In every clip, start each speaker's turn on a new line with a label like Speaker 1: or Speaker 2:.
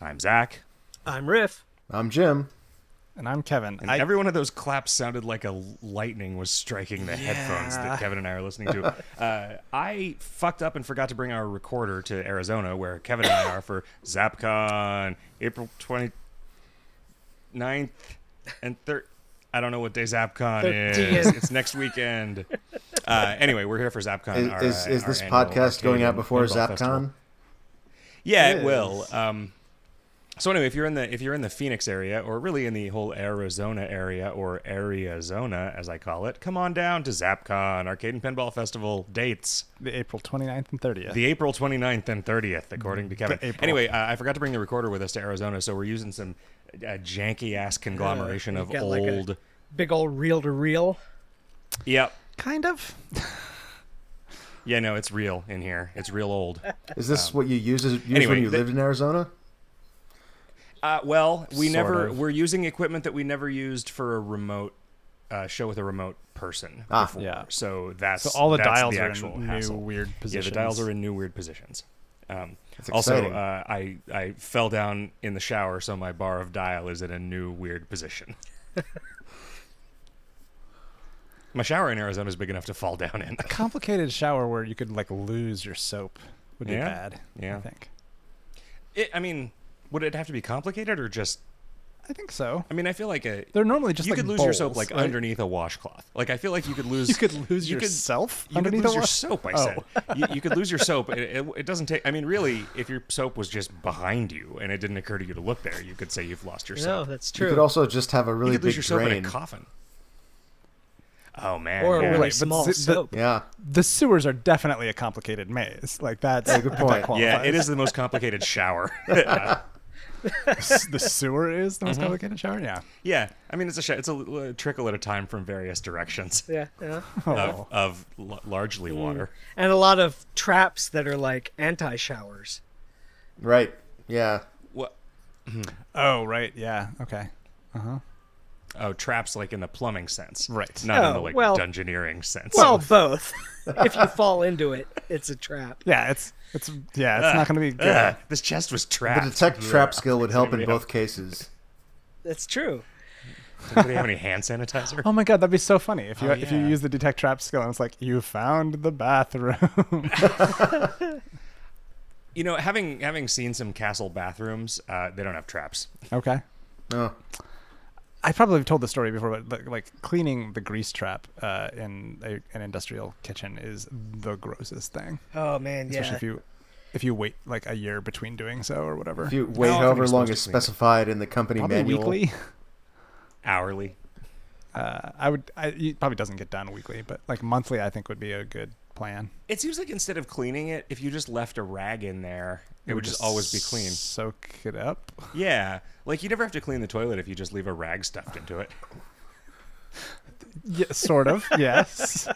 Speaker 1: I'm Zach.
Speaker 2: I'm Riff.
Speaker 3: I'm Jim.
Speaker 4: And I'm Kevin.
Speaker 1: And
Speaker 4: I-
Speaker 1: every one of those claps sounded like a lightning was striking the headphones that Kevin and I are listening to. Uh, I fucked up and forgot to bring our recorder to Arizona, where Kevin and I are for ZapCon, April 29th and 3rd. I don't know what day ZapCon is.
Speaker 2: 30th.
Speaker 1: It's next weekend. Uh, anyway, we're here for ZapCon.
Speaker 3: Is,
Speaker 1: our,
Speaker 3: is,
Speaker 1: uh,
Speaker 3: is
Speaker 1: our
Speaker 3: this
Speaker 1: annual
Speaker 3: podcast
Speaker 1: arcade
Speaker 3: going out
Speaker 1: and
Speaker 3: before
Speaker 1: pinball festival.
Speaker 3: ZapCon?
Speaker 1: Yeah,
Speaker 3: Yes.
Speaker 1: it will. Um, so anyway, if you're in the if you're in the Phoenix area, or really in the whole Arizona area, or Arizona as I call it, come on down to ZapCon Arcade and Pinball Festival dates
Speaker 4: the April 29th and 30th.
Speaker 1: the April 29th and 30th, according to Kevin.
Speaker 4: The April.
Speaker 1: Anyway, uh, I forgot to bring the recorder with us to Arizona, so we're using some uh, janky ass conglomeration
Speaker 2: Uh,
Speaker 1: of
Speaker 2: you've got like a-
Speaker 1: old.
Speaker 2: Big old reel to reel.
Speaker 1: Yep.
Speaker 4: kind of.
Speaker 1: Yeah, no, it's real in here. It's real old.
Speaker 3: Is this what you use, as, use
Speaker 1: Um, anyway,
Speaker 3: when you
Speaker 1: the-
Speaker 3: lived in Arizona?
Speaker 1: Uh, well, we
Speaker 3: Sort
Speaker 1: never
Speaker 3: of.
Speaker 1: we're using equipment that we never used for a remote uh, show with a remote person
Speaker 3: Ah.
Speaker 1: before.
Speaker 4: Yeah.
Speaker 1: So that's
Speaker 4: So all the
Speaker 1: that's
Speaker 4: dials
Speaker 1: the
Speaker 4: are
Speaker 1: actual
Speaker 4: in
Speaker 1: hassle.
Speaker 4: new weird
Speaker 1: yeah,
Speaker 4: positions.
Speaker 1: the dials are in new weird positions. Um,
Speaker 3: That's
Speaker 1: also,
Speaker 3: exciting.
Speaker 1: uh, I I fell down in the shower, so my bar of dial is in a new weird position. my shower in Arizona is big enough to fall down in.
Speaker 4: complicated shower where you could like lose your soap would be
Speaker 1: Yeah.
Speaker 4: bad. I
Speaker 1: Yeah.
Speaker 4: think.
Speaker 1: It, I mean, would it have to be complicated or just?
Speaker 4: I think so.
Speaker 1: I mean, I feel like a,
Speaker 4: They're normally just
Speaker 1: you
Speaker 4: like
Speaker 1: could lose your soap
Speaker 4: bowls,
Speaker 1: like
Speaker 4: right?
Speaker 1: underneath a washcloth. Like I feel like you could lose
Speaker 4: You could lose
Speaker 1: you could-
Speaker 4: yourself
Speaker 1: You could
Speaker 4: underneath
Speaker 1: lose
Speaker 4: a
Speaker 1: your
Speaker 4: wash-
Speaker 1: soap. I
Speaker 4: Oh.
Speaker 1: said you, you could lose your soap. It, it, it doesn't take. I mean, really, if your soap was just behind you and it didn't occur to you to look there, you could say you've lost your
Speaker 2: No,
Speaker 1: soap.
Speaker 2: that's
Speaker 3: You
Speaker 2: true.
Speaker 3: could also just have a
Speaker 1: you
Speaker 3: really
Speaker 1: could lose
Speaker 3: big
Speaker 1: your soap in
Speaker 3: drain.
Speaker 1: a coffin. Oh man!
Speaker 2: or a
Speaker 1: yeah.
Speaker 2: really
Speaker 4: Right, but
Speaker 2: small
Speaker 4: the- the-
Speaker 2: soap.
Speaker 3: yeah.
Speaker 4: The sewers are definitely a complicated maze. Like that's
Speaker 3: good
Speaker 4: I think
Speaker 3: point.
Speaker 4: That
Speaker 1: Yeah, it
Speaker 4: qualifies.
Speaker 1: is the most complicated shower.
Speaker 4: the sewer is the most
Speaker 1: Mm-hmm.
Speaker 4: complicated shower. Yeah.
Speaker 1: yeah, I mean it's a sh- it's a, l- a trickle at a time from various directions
Speaker 2: Yeah, yeah.
Speaker 4: Oh.
Speaker 1: of, of l- largely
Speaker 2: Mm.
Speaker 1: water.
Speaker 2: And a lot of traps that are like anti showers.
Speaker 3: Right. Yeah.
Speaker 1: What?
Speaker 4: oh right. Yeah. Okay.
Speaker 1: Oh, traps like in the plumbing sense,
Speaker 4: Right.
Speaker 1: Not in the
Speaker 2: Oh,
Speaker 1: like
Speaker 2: well-
Speaker 1: dungeoneering sense.
Speaker 2: Well, both. if you fall into it, it's a trap.
Speaker 4: Yeah. It's it's yeah. It's not going to be good.
Speaker 1: Ugh, this chest was trapped.
Speaker 3: The detect trap skill would help in
Speaker 1: Yeah.
Speaker 3: both cases.
Speaker 2: That's true.
Speaker 1: Does anybody have any hand sanitizer?
Speaker 4: Oh my god, that'd be so funny if you
Speaker 1: Oh,
Speaker 4: if you
Speaker 1: yeah.
Speaker 4: use the detect trap skill and it's like you found the bathroom.
Speaker 1: You know, having having seen some castle bathrooms, uh, they don't have traps.
Speaker 4: okay.
Speaker 3: Oh.
Speaker 4: I probably have told the story before, but like, like cleaning the grease trap uh, in a, an industrial kitchen is the grossest thing,
Speaker 2: Oh man,
Speaker 4: especially
Speaker 2: yeah.
Speaker 4: if you if you wait like a year between doing so or whatever.
Speaker 3: If you wait
Speaker 1: often are
Speaker 3: however
Speaker 1: you
Speaker 3: long
Speaker 1: supposed
Speaker 3: is
Speaker 1: to clean it?
Speaker 3: specified in the company
Speaker 4: probably
Speaker 3: manual.
Speaker 4: weekly.
Speaker 1: Hourly.
Speaker 4: Uh, I would. I, it probably doesn't get done weekly, but like monthly, I think would be a good plan.
Speaker 1: It seems like instead of cleaning it, if you just left a rag in there, it, would just always be clean.
Speaker 4: Soak it up.
Speaker 1: Yeah, like you never have to clean the toilet if you just leave a rag stuffed into it.
Speaker 4: Yeah, sort of. yes.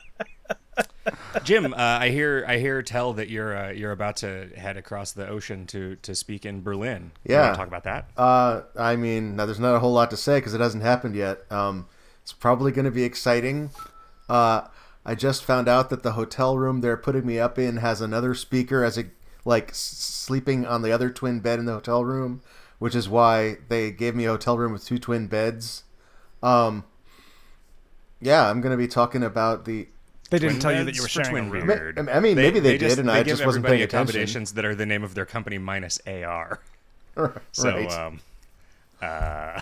Speaker 1: Jim, uh, I hear I hear tell that you're uh, you're about to head across the ocean to to speak in Berlin. You wanna
Speaker 3: Yeah.
Speaker 1: talk about that.
Speaker 3: Uh, I mean, now there's not a whole lot to say because it hasn't happened yet. Um, it's probably going to be exciting. Uh, I just found out that the hotel room they're putting me up in has another speaker as a like s- sleeping on the other twin bed in the hotel room, which is why they gave me a hotel room with two twin beds. Um, yeah, I'm going to be talking about the.
Speaker 4: They
Speaker 1: Twin
Speaker 4: didn't tell you that
Speaker 1: beds
Speaker 4: you were
Speaker 1: for
Speaker 4: sharing a
Speaker 1: twin
Speaker 4: room.
Speaker 1: rooms.
Speaker 3: I
Speaker 1: Weird.
Speaker 3: I mean, maybe they, did,
Speaker 1: just,
Speaker 3: and
Speaker 1: they
Speaker 3: I
Speaker 1: give
Speaker 3: just wasn't
Speaker 1: everybody
Speaker 3: paying attention.
Speaker 1: accommodations that are the name of their company minus AR. So,
Speaker 3: right.
Speaker 1: um, uh,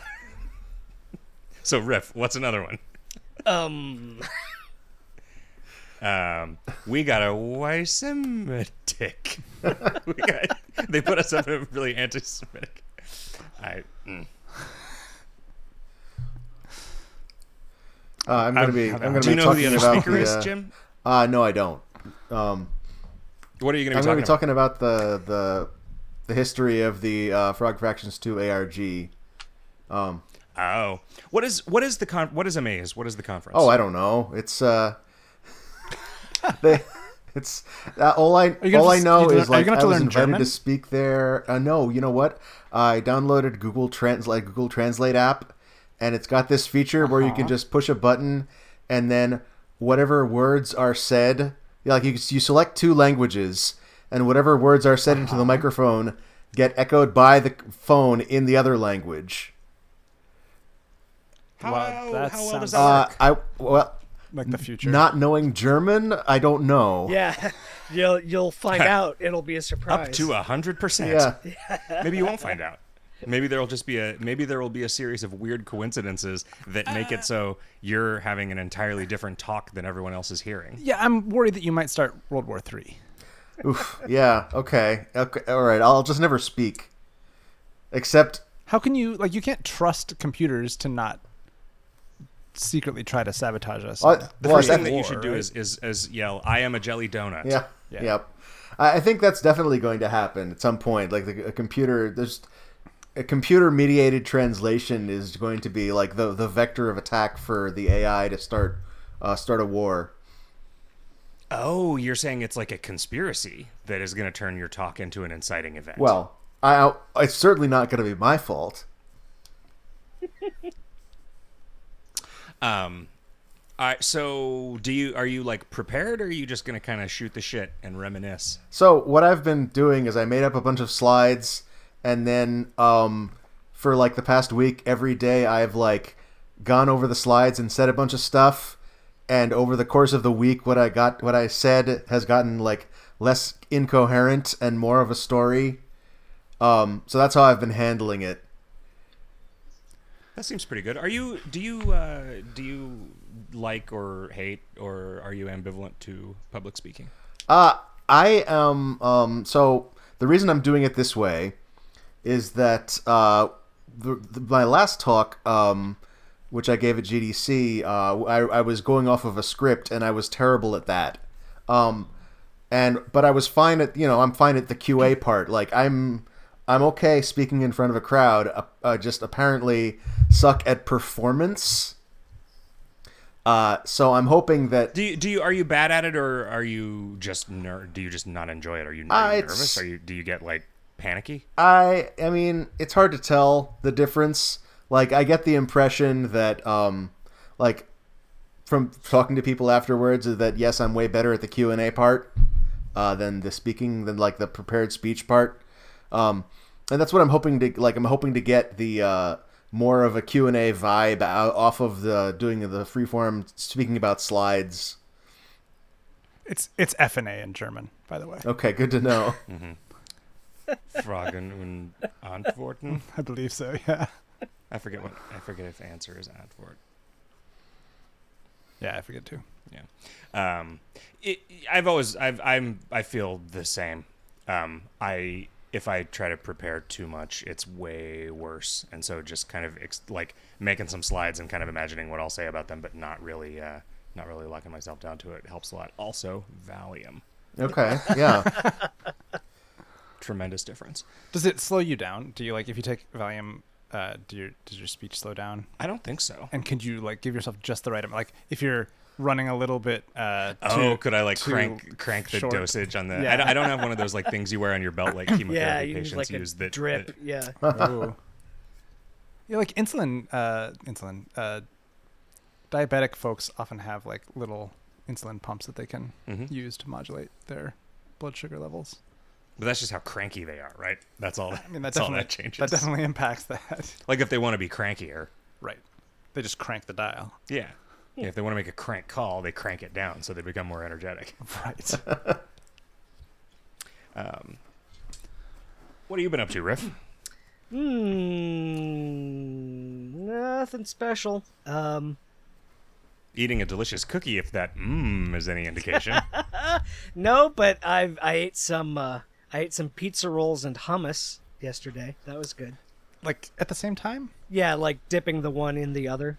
Speaker 1: so riff. What's another one?
Speaker 2: Um,
Speaker 1: Um, we got a Weissemitic. we got, they put us up in a really anti-Semitic. I, mm.
Speaker 3: Uh, I'm going to be. I'm
Speaker 4: I'm-
Speaker 3: going
Speaker 1: Um, do
Speaker 3: to be
Speaker 1: you know who
Speaker 3: talking
Speaker 1: the other
Speaker 3: about
Speaker 1: speaker is,
Speaker 3: uh,
Speaker 1: Jim?
Speaker 3: Uh, no, I don't. Um,
Speaker 1: What are you going
Speaker 3: I'm
Speaker 1: to
Speaker 3: going
Speaker 1: be
Speaker 3: to be
Speaker 1: talking
Speaker 3: talking about the the the history of the uh, Frog Fractions 2 ARG. Um,
Speaker 1: about? Oh, what is what is the con- what is a maze? What is the conference?
Speaker 3: oh, I don't know. It's uh, they, it's uh, all I
Speaker 4: you gonna
Speaker 3: all
Speaker 4: have
Speaker 3: I
Speaker 4: to-
Speaker 3: know
Speaker 4: you
Speaker 3: is
Speaker 4: learn- are
Speaker 3: like
Speaker 4: you gonna have
Speaker 3: I
Speaker 4: to
Speaker 3: was
Speaker 4: learn
Speaker 3: invited
Speaker 4: German?
Speaker 3: to speak there. Uh, no, you know what? I downloaded Google Translate Google Translate app, and it's got this feature where
Speaker 4: Uh-huh.
Speaker 3: you can just push a button, and then whatever words are
Speaker 4: Uh-huh.
Speaker 3: said, yeah, like you you select two languages, and whatever words are said into the microphone get echoed by the phone in the other language.
Speaker 1: How,
Speaker 4: Wow, that
Speaker 1: how well does
Speaker 4: sounds-
Speaker 1: that
Speaker 3: Uh,
Speaker 1: work?
Speaker 3: I well,
Speaker 4: like the future.
Speaker 3: not knowing German, I don't know.
Speaker 2: Yeah, you'll you'll find out. It'll be a surprise.
Speaker 1: Up to a hundred percent.
Speaker 3: Yeah.
Speaker 1: Maybe you won't find out. Maybe there'll just be a maybe there will be a series of weird coincidences that make it so you're having an entirely different talk than everyone else is hearing.
Speaker 4: yeah, I'm worried that you might start World War Three.
Speaker 3: Oof. Yeah. Okay. Okay. All right. I'll just never speak. Except
Speaker 4: How can you like you can't trust computers to not secretly try to sabotage us?
Speaker 3: Uh,
Speaker 1: The
Speaker 3: Well,
Speaker 1: first thing
Speaker 3: that-
Speaker 1: that you
Speaker 4: war,
Speaker 1: should do
Speaker 4: right?
Speaker 1: is, is is yell, "I am a jelly donut."
Speaker 3: Yeah.
Speaker 4: Yeah.
Speaker 3: Yep. I I think that's definitely going to happen at some point. Like the, a computer, there's a computer mediated translation is going to be like the the vector of attack for the AI to start uh, start a war.
Speaker 1: Oh, you're saying it's like a conspiracy that is going to turn your talk into an inciting event.
Speaker 3: Well, I, I it's certainly not going to be my fault.
Speaker 1: um, I, so do you? Are you like prepared, or are you just going to kind of shoot the shit and reminisce?
Speaker 3: So what I've been doing is I made up a bunch of slides, and then um, for like the past week, every day I've like gone over the slides and said a bunch of stuff. And over the course of the week, what I got, what I said, has gotten like less incoherent and more of a story. Um, so that's how I've been handling it.
Speaker 1: That seems pretty good. Are you? Do you? Uh, do you like or hate, or are you ambivalent to public speaking?
Speaker 3: Uh, I am. Um, so the reason I'm doing it this way is that uh, the, the, my last talk, um, which I gave at GDC, uh, I, I was going off of a script and I was terrible at that. Um, and but I was fine at you know I'm fine at the QA part. Like I'm I'm okay speaking in front of a crowd. Uh, uh, just apparently suck at performance. Uh, so I'm hoping that
Speaker 1: Do you? Do you? Are you bad at it, or are you just ner- Do you just not enjoy it? Are you, are
Speaker 3: Uh,
Speaker 1: you
Speaker 3: it's-
Speaker 1: nervous? Are you? Do you get like panicky?
Speaker 3: I I mean, it's hard to tell the difference. Like I get the impression that um like from talking to people afterwards is that yes, I'm way better at the Q&A part uh than the speaking than like the prepared speech part. Um and that's what I'm hoping to like I'm hoping to get the uh more of a Q&A vibe out, off of the doing the freeform speaking about slides.
Speaker 4: it's it's FNA in German, by the way.
Speaker 3: Okay, good to know.
Speaker 1: Fragen und antworten.
Speaker 4: I believe so. Yeah,
Speaker 1: I forget what. I forget if the answer is antwort.
Speaker 4: yeah, I forget too.
Speaker 1: Yeah. Um, it, I've always, I've, I'm, I feel the same. Um, I, if I try to prepare too much, it's way worse. And so just kind of ex- like making some slides and kind of imagining what I'll say about them, but not really, uh, not really locking myself down to it helps a lot. Also, Valium,
Speaker 3: Okay. Yeah.
Speaker 1: tremendous difference.
Speaker 4: Does it slow you down? Do you like if you take Valium? Uh, do your does your speech slow down?
Speaker 1: I don't think so.
Speaker 4: And could you like give yourself just the right amount? Like if you're running a little bit. Uh,
Speaker 1: Oh,
Speaker 4: too-
Speaker 1: could I like
Speaker 4: too
Speaker 1: crank crank the
Speaker 4: short.
Speaker 1: dosage on the? I
Speaker 4: Yeah.
Speaker 1: don't- I, don't have one of those like things you wear on your belt like chemotherapy
Speaker 2: yeah, you
Speaker 1: patients
Speaker 2: need like a
Speaker 1: use that
Speaker 2: drip.
Speaker 1: that-
Speaker 2: yeah,
Speaker 4: Ooh. yeah, like insulin, uh, insulin. Uh, diabetic folks often have like little insulin pumps that they can
Speaker 1: Mhm.
Speaker 4: use to modulate their blood sugar levels.
Speaker 1: but that's just how cranky they are, right? That's all.
Speaker 4: I mean, that
Speaker 1: that's all
Speaker 4: definitely
Speaker 1: that changes.
Speaker 4: that definitely impacts that.
Speaker 1: Like if they want to be crankier,
Speaker 4: right. They just crank the dial.
Speaker 1: yeah. Yeah, if they want to make a crank call, they crank it down so they become more energetic.
Speaker 4: Right.
Speaker 1: Um, what have you been up to, Riff?
Speaker 2: Hmm. Nothing special. Um.
Speaker 1: Eating a delicious cookie, if that mmm is any indication.
Speaker 2: No, but I I ate some uh, I ate some pizza rolls and hummus yesterday. That was good.
Speaker 4: like at the same time?
Speaker 2: Yeah, like dipping the one in the other.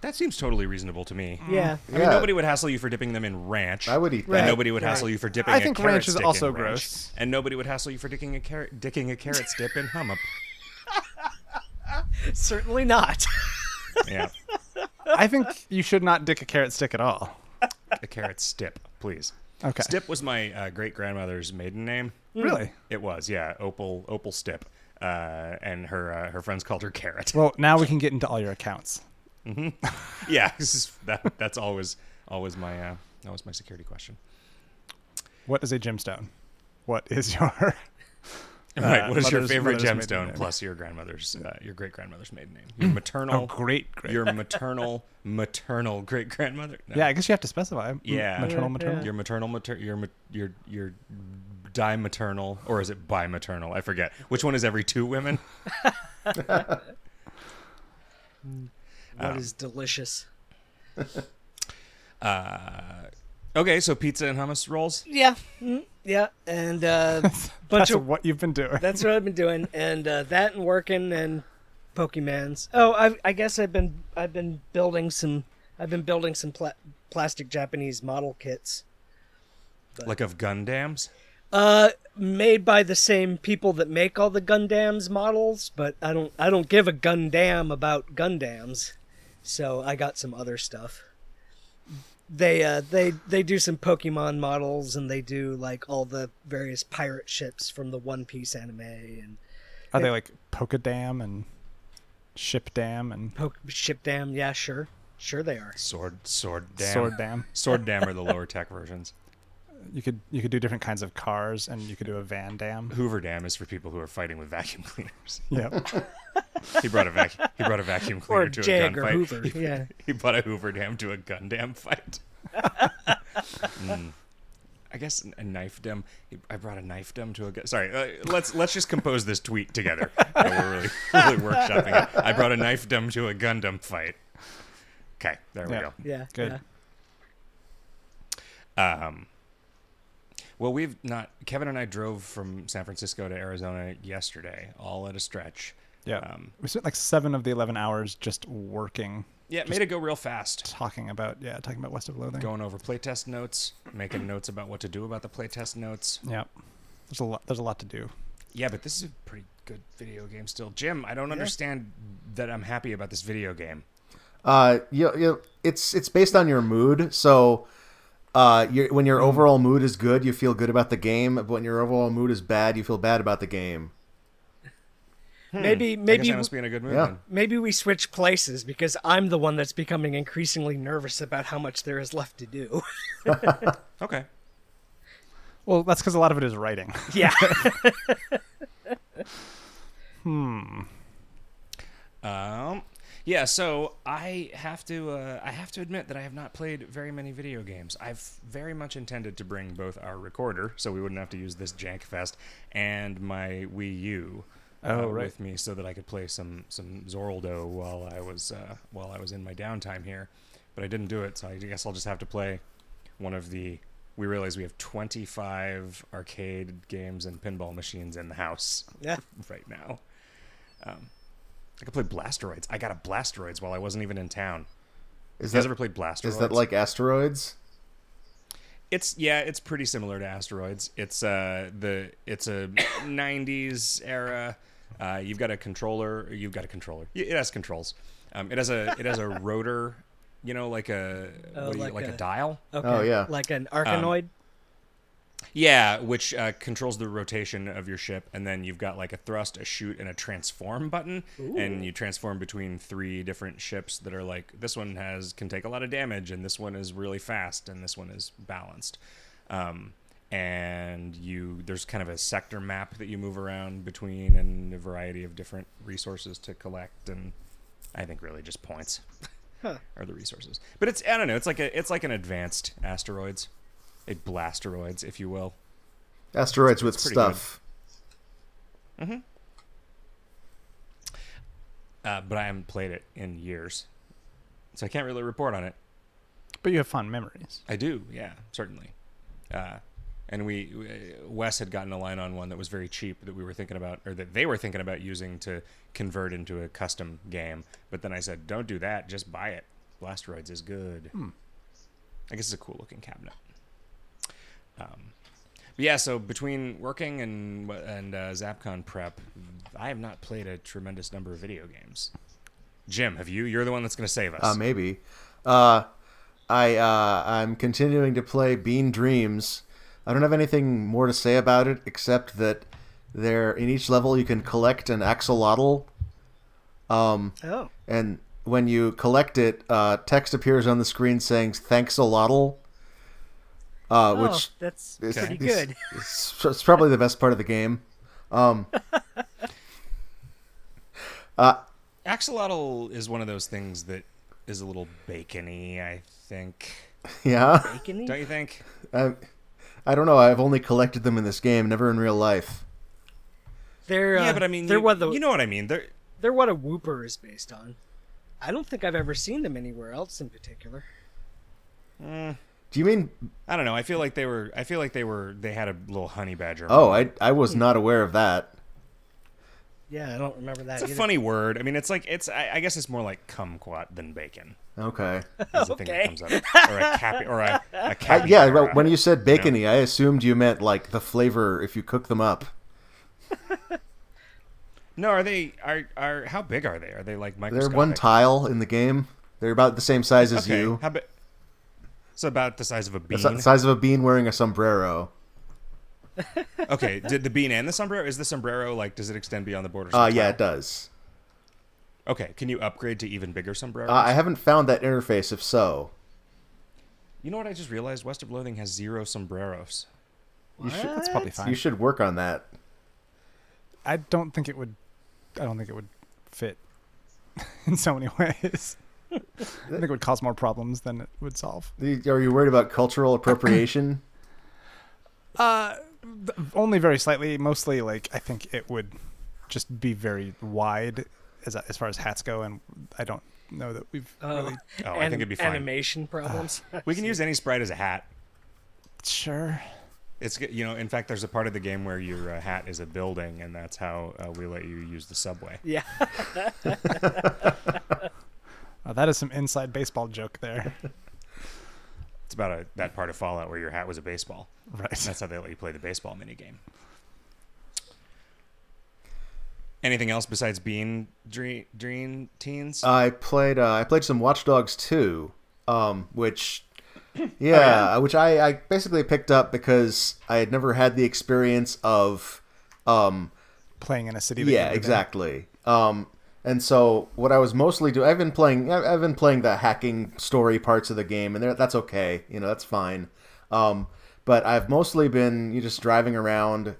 Speaker 1: that seems totally reasonable to me.
Speaker 2: Mm. Yeah.
Speaker 1: I mean,
Speaker 3: Yeah.
Speaker 1: nobody would hassle you for dipping them in ranch.
Speaker 3: I would eat
Speaker 1: And
Speaker 2: Right.
Speaker 3: that.
Speaker 1: nobody would hassle
Speaker 2: Right.
Speaker 1: you for dipping.
Speaker 4: I
Speaker 1: a
Speaker 4: think
Speaker 1: carrot
Speaker 4: ranch is
Speaker 1: stick
Speaker 4: also
Speaker 1: in ranch.
Speaker 4: gross.
Speaker 1: And nobody would hassle you for dicking a carrot, dicking a carrot dip in hummup.
Speaker 2: Certainly not.
Speaker 1: Yeah,
Speaker 4: I think you should not dick a carrot stick at all.
Speaker 1: a carrot stip, please.
Speaker 4: Okay.
Speaker 1: Stip was my uh, great grandmother's maiden name.
Speaker 4: Really?
Speaker 1: It was, yeah. Opal Opal Stip, uh, and her uh, her friends called her Carrot.
Speaker 4: Well, now we can get into all your accounts.
Speaker 1: yeah, this is- that, that's always always my uh, always my security question.
Speaker 4: What is a gemstone? What is your
Speaker 1: Right. What is your
Speaker 4: Uh, mother's-
Speaker 1: favorite
Speaker 4: mother's maiden
Speaker 1: gemstone
Speaker 4: name.
Speaker 1: plus your grandmother's, uh, your great grandmother's maiden name? Your maternal,
Speaker 4: Oh, great, great.
Speaker 1: your maternal, maternal great grandmother. No.
Speaker 4: yeah, I guess you have to specify. M-
Speaker 1: Yeah.
Speaker 2: Yeah.
Speaker 4: maternal, maternal.
Speaker 1: Your maternal, mater- your ma- your your dimaternal, or is it bimaternal? I forget which one is every two women.
Speaker 2: What is delicious?
Speaker 1: Okay, so pizza and hummus rolls.
Speaker 2: Yeah, mm, yeah, and uh, bunch
Speaker 4: That's
Speaker 2: of
Speaker 4: what you've been doing.
Speaker 2: that's what I've been doing, and uh, that and working and Pokemans. Oh, I, I guess I've been I've been building some I've been building some pla- plastic Japanese model kits
Speaker 1: Like of Gundams.
Speaker 2: uh, made by the same people that make all the Gundams models, but I don't I don't give a Gundam about Gundams, so I got some other stuff. They uh, they they do some Pokemon models, and they do like all the various pirate ships from the One Piece anime and
Speaker 4: Are they like Pokedam and Ship Dam and
Speaker 2: Po- ship dam, yeah, sure. Sure they are.
Speaker 1: Sword, sword dam.
Speaker 4: Sword Dam?
Speaker 1: Sword dam are the lower tech versions.
Speaker 4: You could you could do different kinds of cars and you could do a Van Dam.
Speaker 1: Hoover dam is for people who are fighting with vacuum cleaners.
Speaker 4: Yep.
Speaker 1: He brought a vacuum. He brought a vacuum cleaner
Speaker 2: Or
Speaker 1: to a
Speaker 2: Jag
Speaker 1: gunfight.
Speaker 2: or Hoover.
Speaker 1: He,
Speaker 2: Yeah.
Speaker 1: he brought a Hoover dam to a Gundam fight. Mm. I guess a knife dam. I brought a knife dam to a. Gun, sorry, uh, let's let's just compose this tweet together. Uh, we're really really workshopping it. I brought a knife dam to a Gundam fight. Okay, there we
Speaker 4: Yeah.
Speaker 1: go.
Speaker 2: Yeah.
Speaker 4: Good.
Speaker 2: yeah.
Speaker 1: Well, we've not. Kevin and I drove from San Francisco to Arizona yesterday, all at a stretch.
Speaker 4: Yeah.
Speaker 1: Um,
Speaker 4: we spent like seven of the eleven hours just working,
Speaker 1: Yeah, it made it go real fast.
Speaker 4: talking about yeah, talking about West of Loathing.
Speaker 1: Going over playtest notes, making notes about what to do about the playtest notes.
Speaker 4: Yeah. There's a lot there's a lot to do.
Speaker 1: Yeah, but this is a pretty good video game still. Jim, I don't understand that I'm happy about this video game.
Speaker 3: Uh, you, you, it's it's based on your mood. So, uh, you when your overall mood is good, you feel good about the game. But when your overall mood is bad, you feel bad about the game.
Speaker 1: Maybe
Speaker 2: Maybe
Speaker 1: Hmm. I
Speaker 2: maybe
Speaker 1: guess I must be in a good mood.
Speaker 3: Yeah.
Speaker 1: then.
Speaker 2: maybe we switch places because I'm the one that's becoming increasingly nervous about how much there is left to do.
Speaker 1: Okay.
Speaker 4: Well, that's because a lot of it is writing.
Speaker 2: yeah.
Speaker 1: Um, yeah. So I have to. Uh, I have to admit that I have not played very many video games. I've very much intended to bring both our recorder, so we wouldn't have to use this jank fest, and my Wii U.
Speaker 4: Oh,
Speaker 1: uh,
Speaker 4: right.
Speaker 1: With me, so that I could play some some Zoraldo while I was uh, while I was in my downtime here, but I didn't do it. So I guess I'll just have to play one of the. We realize we have 25 arcade games and pinball machines in the house
Speaker 2: Yeah.
Speaker 1: right now. Um, I could play Blasteroids. I got a Blasteroids while I wasn't even in town.
Speaker 3: Is
Speaker 1: You guys
Speaker 3: that
Speaker 1: ever played Blasteroids?
Speaker 3: is that like asteroids?
Speaker 1: It's yeah, it's pretty similar to Asteroids. It's uh the it's a '90s era. Uh, you've got a controller. You've got a controller. Y- It has controls. Um, it has a it has a rotor. You know, like a what do you-
Speaker 2: Oh, like
Speaker 1: like a
Speaker 2: a-
Speaker 1: dial.
Speaker 2: Okay.
Speaker 3: Oh, yeah.
Speaker 2: Like an
Speaker 1: Um,
Speaker 2: arcanoid.
Speaker 1: Yeah, which uh, controls the rotation of your ship, and then you've got like a thrust, a shoot, and a transform button, and you transform between three different ships that are like this one has can take a lot of damage, and this one is really fast, and this one is balanced. Um, and you there's kind of a sector map that you move around between, and a variety of different resources to collect, and I think really just points are the resources. But it's I don't know, it's like a it's like an advanced asteroids, a blasteroids, if you will.
Speaker 3: Asteroids with
Speaker 1: pretty
Speaker 3: stuff.
Speaker 1: uh, but I haven't played it in years, so I can't really report on it.
Speaker 4: But you have fond memories.
Speaker 1: I do, yeah, certainly. Uh, and we, we- Wes had gotten a line on one that was very cheap that we were thinking about, or that they were thinking about using to convert into a custom game. But then I said, "Don't do that. Just buy it. Blasteroids is good." I guess it's a cool looking cabinet. Um, but yeah, so between working and and uh, ZapCon prep, I have not played a tremendous number of video games. Jim, have you? You're the one that's going to save us.
Speaker 3: Uh, maybe. Uh, I uh, I'm continuing to play Bean Dreams. I don't have anything more to say about it except that there in each level you can collect an axolotl
Speaker 2: Oh.
Speaker 3: and when you collect it, uh, text appears on the screen saying "Thanks a lotl," uh,
Speaker 2: oh
Speaker 3: which
Speaker 2: that's
Speaker 3: is
Speaker 1: uh, oh,
Speaker 2: pretty
Speaker 3: is-
Speaker 2: good.
Speaker 3: is- It's, probably the best part of the game.
Speaker 1: Axolotl is one of those things that is a little bacony, I think.
Speaker 3: Yeah,
Speaker 2: Bacony?
Speaker 1: Don't you think?
Speaker 3: I, I don't know. I've only collected them in this game, never in real life.
Speaker 2: They're, uh,
Speaker 1: yeah, but I mean,
Speaker 2: they're
Speaker 1: you,
Speaker 2: what the
Speaker 1: you know what I mean. They're
Speaker 2: they're what a whooper is based on. I don't think I've ever seen them anywhere else in particular.
Speaker 3: Do you mean?
Speaker 1: I don't know. I feel like they were. I feel like they were. They had a little honey badger.
Speaker 3: Oh, I I was
Speaker 1: Hmm.
Speaker 3: not aware of that.
Speaker 2: Yeah, I don't remember that.
Speaker 1: it's a
Speaker 2: either.
Speaker 1: funny word. I mean, it's like it's. I, I guess it's more like kumquat than bacon.
Speaker 3: Okay.
Speaker 1: Is the thing that
Speaker 2: Okay. Uh,
Speaker 1: comes up, or a cap, or a, a
Speaker 3: I, yeah,
Speaker 1: capybara.
Speaker 3: well, when you said bacony, I assumed you meant like the flavor if you cook them up.
Speaker 1: no, are they are are how big are they? Are they like
Speaker 3: They're
Speaker 1: microscopic?
Speaker 3: one tile in the game. They're about the same size as
Speaker 1: Okay,
Speaker 3: you.
Speaker 1: How bi- it's about the size of a bean.
Speaker 3: It's the size of a bean wearing a sombrero.
Speaker 1: okay, did the bean and the sombrero? Is the sombrero like? Does it extend beyond the borders? of
Speaker 3: Uh,
Speaker 1: the
Speaker 3: yeah,
Speaker 1: tile?
Speaker 3: it does.
Speaker 1: Okay, can you upgrade to even bigger sombreros?
Speaker 3: Uh, I haven't found that interface. If so,
Speaker 1: you know what I just realized? West of Loathing has zero sombreros.
Speaker 3: you should
Speaker 4: That's probably fine.
Speaker 3: you should work on that.
Speaker 4: I don't think it would. I don't think it would fit in so many ways. I think it would cause more problems than it would solve.
Speaker 3: The- Are you worried about cultural appropriation?
Speaker 4: Only very slightly. Mostly, like I think it would just be very wide as as far as hats go, and I don't know that we've really
Speaker 1: Oh, I
Speaker 2: An-
Speaker 1: think it'd be fine.
Speaker 2: Animation problems.
Speaker 1: We can use any sprite as a hat.
Speaker 4: sure.
Speaker 1: It's g- you know, in fact, there's a part of the game where your uh, hat is a building, and that's how uh, we let you use the subway.
Speaker 2: yeah.
Speaker 4: Uh, that is some inside baseball joke there,
Speaker 1: It's about a, that part of Fallout where your hat was a baseball.
Speaker 4: right?
Speaker 1: That's how they let you play the baseball minigame. Anything else besides Bean Dream, dream Teens?
Speaker 3: I played uh, I played some Watch Dogs 2, um, which yeah, which I, I basically picked up because I had never had the experience of um,
Speaker 4: Playing in a city. That you
Speaker 3: yeah
Speaker 4: live in.
Speaker 3: exactly um, and so what I was mostly doing I've been playing I- I've been playing the hacking story parts of the game and they're- that's okay you know that's fine um, but I've mostly been you just driving around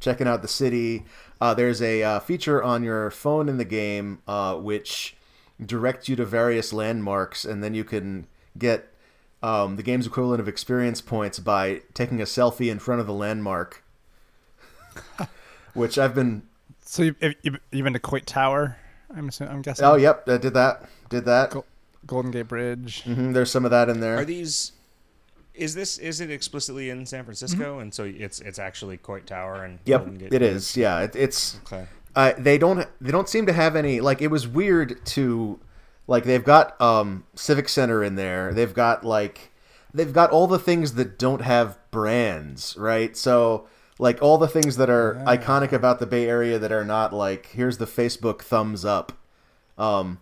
Speaker 3: checking out the city uh, there's a uh, feature on your phone in the game uh, which direct you to various landmarks, and then you can get um, the game's equivalent of experience points by taking a selfie in front of the landmark. Which I've been.
Speaker 4: So you you you've been to Coit Tower? I'm assuming, I'm guessing.
Speaker 3: Oh, yep, I did that. Did that.
Speaker 4: Go- Golden Gate Bridge.
Speaker 3: Mhm, there's some of that in
Speaker 1: Are
Speaker 3: there.
Speaker 1: these? Is this? Is it explicitly in San Francisco? And so it's it's actually Coit Tower and Golden
Speaker 3: Mm-hmm. Yep,
Speaker 1: Gate
Speaker 3: it
Speaker 1: Bridge?
Speaker 3: is. Yeah, it, it's.
Speaker 1: Okay.
Speaker 3: uh, they don't they don't seem to have any like it was weird to like they've got um civic center in there they've got like they've got all the things that don't have brands right so like all the things that are iconic about the bay area that are not like here's the facebook thumbs up um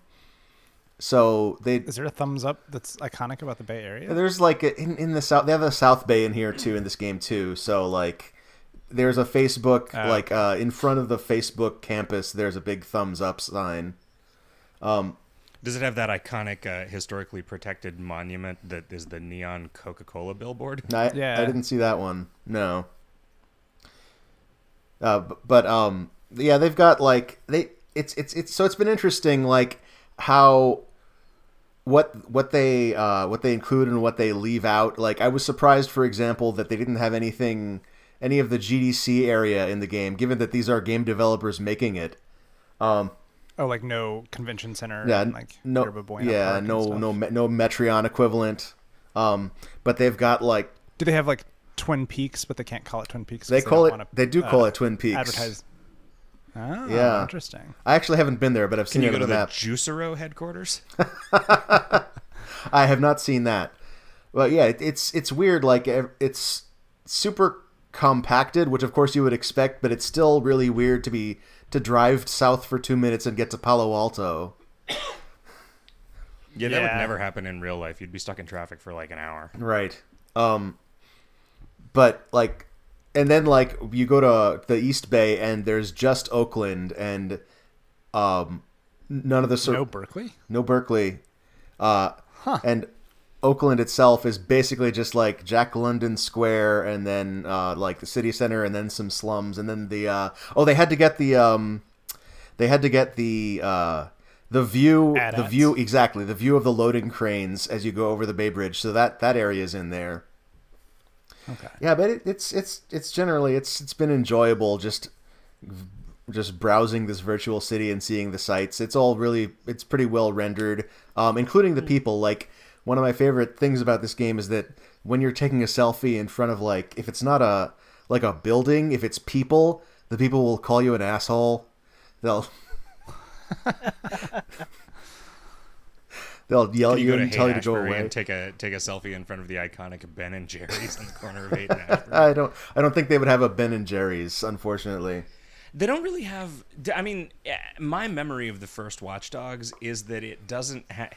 Speaker 3: so they
Speaker 4: Is there a thumbs up that's iconic about the Bay Area?
Speaker 3: there's like a, in, in the south they have a south bay in here too in this game too so like there's a facebook like uh, in front of the facebook campus there's a big thumbs up sign
Speaker 1: Does it have that iconic, uh, historically protected monument that is the neon Coca Cola billboard?
Speaker 3: I,
Speaker 4: Yeah.
Speaker 3: I didn't see that one. No. Uh, b- but um, yeah, they've got like they it's it's it's so it's been interesting like how what what they uh, what they include and what they leave out. Like I was surprised, for example, that they didn't have anything any of the GDC area in the game, given that these are game developers making it.
Speaker 4: Oh, like no convention center.
Speaker 3: yeah,
Speaker 4: and like
Speaker 3: no,
Speaker 4: Yerba Buena Park
Speaker 3: yeah,
Speaker 4: and
Speaker 3: no,
Speaker 4: stuff.
Speaker 3: no, me- no Metreon equivalent. Um, but they've got like
Speaker 4: Do they have like Twin Peaks, but they can't call it Twin Peaks? 'cause
Speaker 3: they call
Speaker 4: don't
Speaker 3: it.
Speaker 4: wanna,
Speaker 3: they do
Speaker 4: uh,
Speaker 3: call it Twin Peaks.
Speaker 4: Advertise. Ah,
Speaker 3: Yeah.
Speaker 4: interesting.
Speaker 3: I actually haven't been there, but I've
Speaker 1: Can
Speaker 3: seen
Speaker 1: you
Speaker 3: it
Speaker 1: go
Speaker 3: on
Speaker 1: to
Speaker 3: the
Speaker 1: the
Speaker 3: map.
Speaker 1: Juicero headquarters?
Speaker 3: I have not seen that. But yeah, it, it's it's weird. Like ev- it's super compacted, which of course you would expect, but it's still really weird to be to drive south for two minutes and get to Palo Alto.
Speaker 1: Yeah, that would
Speaker 4: Yeah.
Speaker 1: never happen in real life. You'd be stuck in traffic for like an hour.
Speaker 3: Right. Um. But like, and then like you go to the East Bay, and there's just Oakland, and um, none of the sur-
Speaker 2: Oh,
Speaker 4: No Berkeley.
Speaker 3: no Berkeley, uh, and Oakland itself is basically just like Jack London Square, and then uh, like the city center, and then some slums, and then the uh, oh they had to get the um, they had to get the uh, the view the
Speaker 4: Add-ons.
Speaker 3: view exactly the view of the loading cranes as you go over the Bay Bridge. So that that area is in there.
Speaker 4: Okay.
Speaker 3: Yeah, but it, it's it's it's generally it's it's been enjoyable just just browsing this virtual city and seeing the sights. It's all really it's pretty well rendered, um, including
Speaker 1: Hmm.
Speaker 3: the people. Like one of my favorite things about this game is that when you're taking a selfie in front of like if it's not a like a building, if it's people, the people will call you an asshole. They'll they'll yell at
Speaker 1: Oh, you
Speaker 3: you
Speaker 1: go to
Speaker 3: and tell you to go
Speaker 1: Haight-Ashbury
Speaker 3: away.
Speaker 1: and take a take a selfie in front of the iconic Ben and Jerry's on the corner of Eight and Ashbury.
Speaker 3: I don't I don't think they would have a Ben and Jerry's, unfortunately.
Speaker 1: They don't really have. d- I mean, eh, my memory of the first Watch Dogs is that it doesn't ha-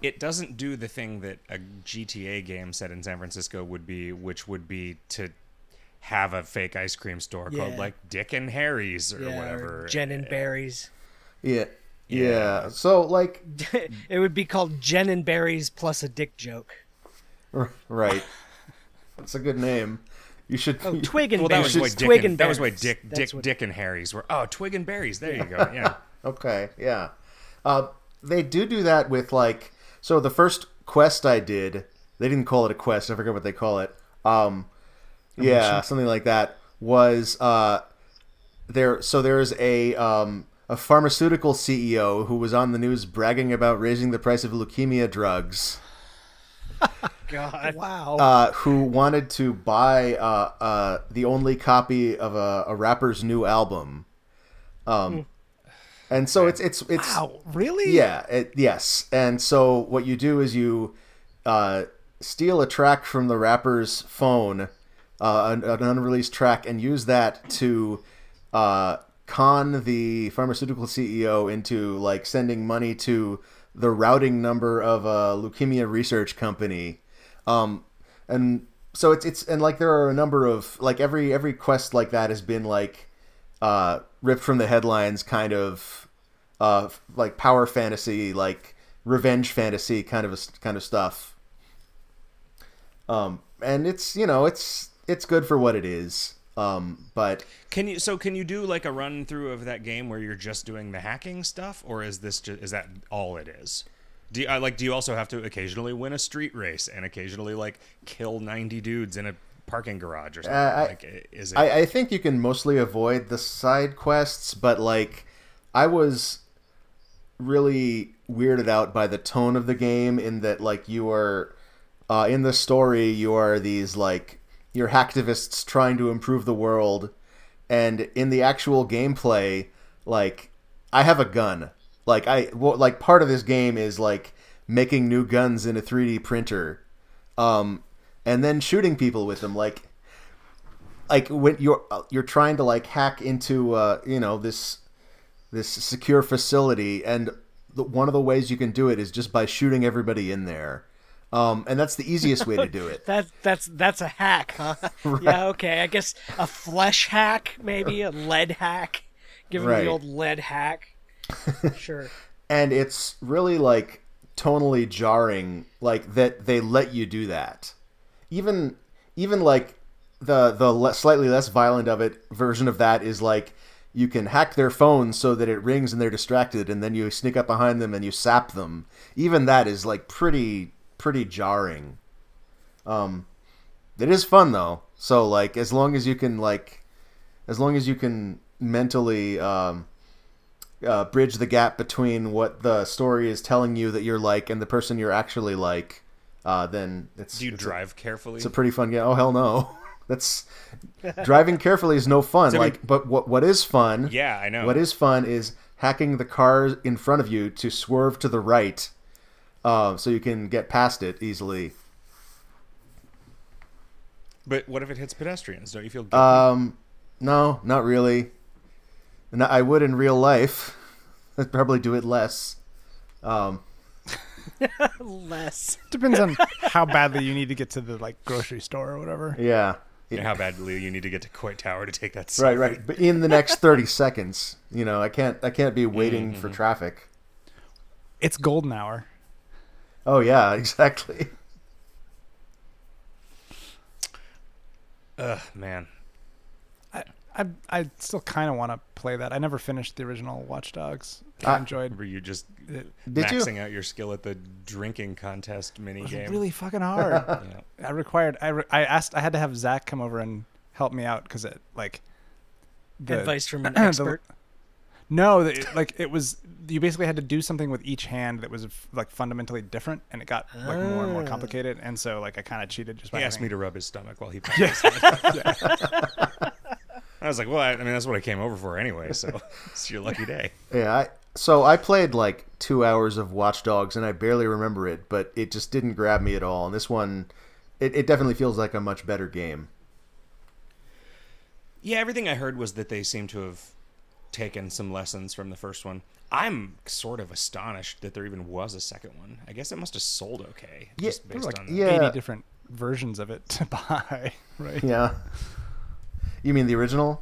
Speaker 1: it doesn't do the thing that a GTA game set in San Francisco would be, which would be to have a fake ice cream store called
Speaker 2: Yeah.
Speaker 1: like Dick and Harry's or
Speaker 2: Yeah, or
Speaker 1: whatever.
Speaker 2: Jen and Barry's.
Speaker 3: Yeah. Yeah.
Speaker 1: Yeah.
Speaker 3: So like
Speaker 2: it would be called Jen and Barry's plus a dick joke.
Speaker 3: r- right. That's a good name. You should
Speaker 2: Oh, Twig and
Speaker 1: well, that
Speaker 2: Barry's.
Speaker 1: was, why Dick
Speaker 2: Twig
Speaker 1: and,
Speaker 2: and
Speaker 1: that was why
Speaker 2: Berries.
Speaker 1: Dick
Speaker 2: That's
Speaker 1: Dick
Speaker 2: what-
Speaker 1: Dick and Harry's were. Oh, Twig and Berries. There you go. Yeah.
Speaker 3: Okay, yeah. Uh, they do do that with like so the first quest I did, they didn't call it a quest. I forget what they call it. Um, yeah, something like that was uh, there. So there's a um, a pharmaceutical CEO who was on the news bragging about raising the price of leukemia drugs.
Speaker 2: God.
Speaker 4: Wow.
Speaker 3: uh, who wanted to buy uh, uh, the only copy of a, a rapper's new album. Um, and so it's it's it's
Speaker 4: wow. Really?
Speaker 3: yeah it, yes. And so what you do is you uh, steal a track from the rapper's phone, uh, an, an unreleased track, and use that to uh, con the pharmaceutical CEO into like sending money to the routing number of a leukemia research company um and so it's it's and like there are a number of like every every quest like that has been like uh ripped from the headlines kind of uh like power fantasy like revenge fantasy kind of a, kind of stuff um and it's you know it's it's good for what it is um but
Speaker 1: Can you so can you do like a run through of that game where you're just doing the hacking stuff, or is this just, is that all it is? Do you, I like? Do you also have to occasionally win a street race and occasionally like kill ninety dudes in a parking garage or something?
Speaker 3: Uh, I-
Speaker 1: like, i- is it?
Speaker 3: I, I think you can mostly avoid the side quests, but like I was really weirded out by the tone of the game in that like you are uh, in the story you are these like you're hacktivists trying to improve the world and in the actual gameplay like I have a gun like I well, like part of this game is like making new guns in a 3D printer um and then shooting people with them like like when you're uh, you're trying to like hack into uh, you know this this secure facility and the, one of the ways you can do it is just by shooting everybody in there um, and that's the easiest way to do it
Speaker 2: That, that's that's a hack, huh? Yeah, okay. I guess a flesh hack, maybe a lead hack. Give him
Speaker 3: Right.
Speaker 2: the old lead hack. Sure.
Speaker 3: and it's really like tonally jarring like that they let you do that even even like the the le- slightly less violent of it version of that is like you can hack their phones so that it rings and they're distracted and then you sneak up behind them and you sap them even that is like pretty pretty jarring um it is fun though so like as long as you can like as long as you can mentally um uh, bridge the gap between what the story is telling you that you're like and the person you're actually like, uh, then it's
Speaker 1: do you
Speaker 3: it's, a,
Speaker 1: drive carefully?
Speaker 3: it's a pretty fun game. Oh hell no, that's driving carefully is no fun.
Speaker 1: So we-
Speaker 3: like, but what what is fun?
Speaker 1: yeah, I know.
Speaker 3: What is fun is hacking the car in front of you to swerve to the right, uh, so you can get past it easily.
Speaker 1: But what if it hits pedestrians? Don't you feel? Guilty?
Speaker 3: Um, no, not really. No, I would in real life. I'd probably do it less. Um,
Speaker 2: Less.
Speaker 4: Depends on how badly you need to get to the like grocery store or whatever.
Speaker 3: yeah.
Speaker 1: You know how badly you need to get to Coit Tower to take that?
Speaker 3: Right, right. But in the next thirty seconds, you know, I can't, I can't be waiting for
Speaker 1: Mm-hmm.
Speaker 3: traffic.
Speaker 4: It's golden hour.
Speaker 3: Oh yeah, exactly.
Speaker 1: Ugh, man.
Speaker 4: I I, I still kind of want to play that. I never finished the original Watch Dogs. I
Speaker 3: Ah.
Speaker 4: enjoyed
Speaker 1: Were you just
Speaker 4: it.
Speaker 3: Did you?
Speaker 1: maxing out your skill at the drinking contest mini
Speaker 4: It was
Speaker 1: game?
Speaker 4: really fucking hard.
Speaker 1: Yeah.
Speaker 4: I required I, re- I asked I had to have Zach come over and help me out because it like the-
Speaker 2: Advice from an
Speaker 4: the-
Speaker 2: expert.
Speaker 4: no, the- it, like it was you basically had to do something with each hand that was f- like fundamentally different, and it got like more and more
Speaker 2: Ah.
Speaker 4: complicated. And so like I kind of cheated just by
Speaker 1: He asked
Speaker 4: having-
Speaker 1: me to rub his stomach while he played. I was like, well, I, I mean, that's what I came over for anyway, so it's your lucky day.
Speaker 3: Yeah, I, so I played like two hours of Watch Dogs, and I barely remember it, but it just didn't grab me at all. And this one, it, it definitely feels like a much better game.
Speaker 1: Yeah, everything I heard was that they seem to have taken some lessons from the first one. I'm sort of astonished that there even was a second one. I guess it must have sold okay,
Speaker 3: Yeah,
Speaker 1: just
Speaker 4: there
Speaker 1: based
Speaker 4: were like
Speaker 1: on that.
Speaker 3: yeah.
Speaker 4: eighty different versions of it to buy, right? Yeah,
Speaker 3: Yeah. You mean the original?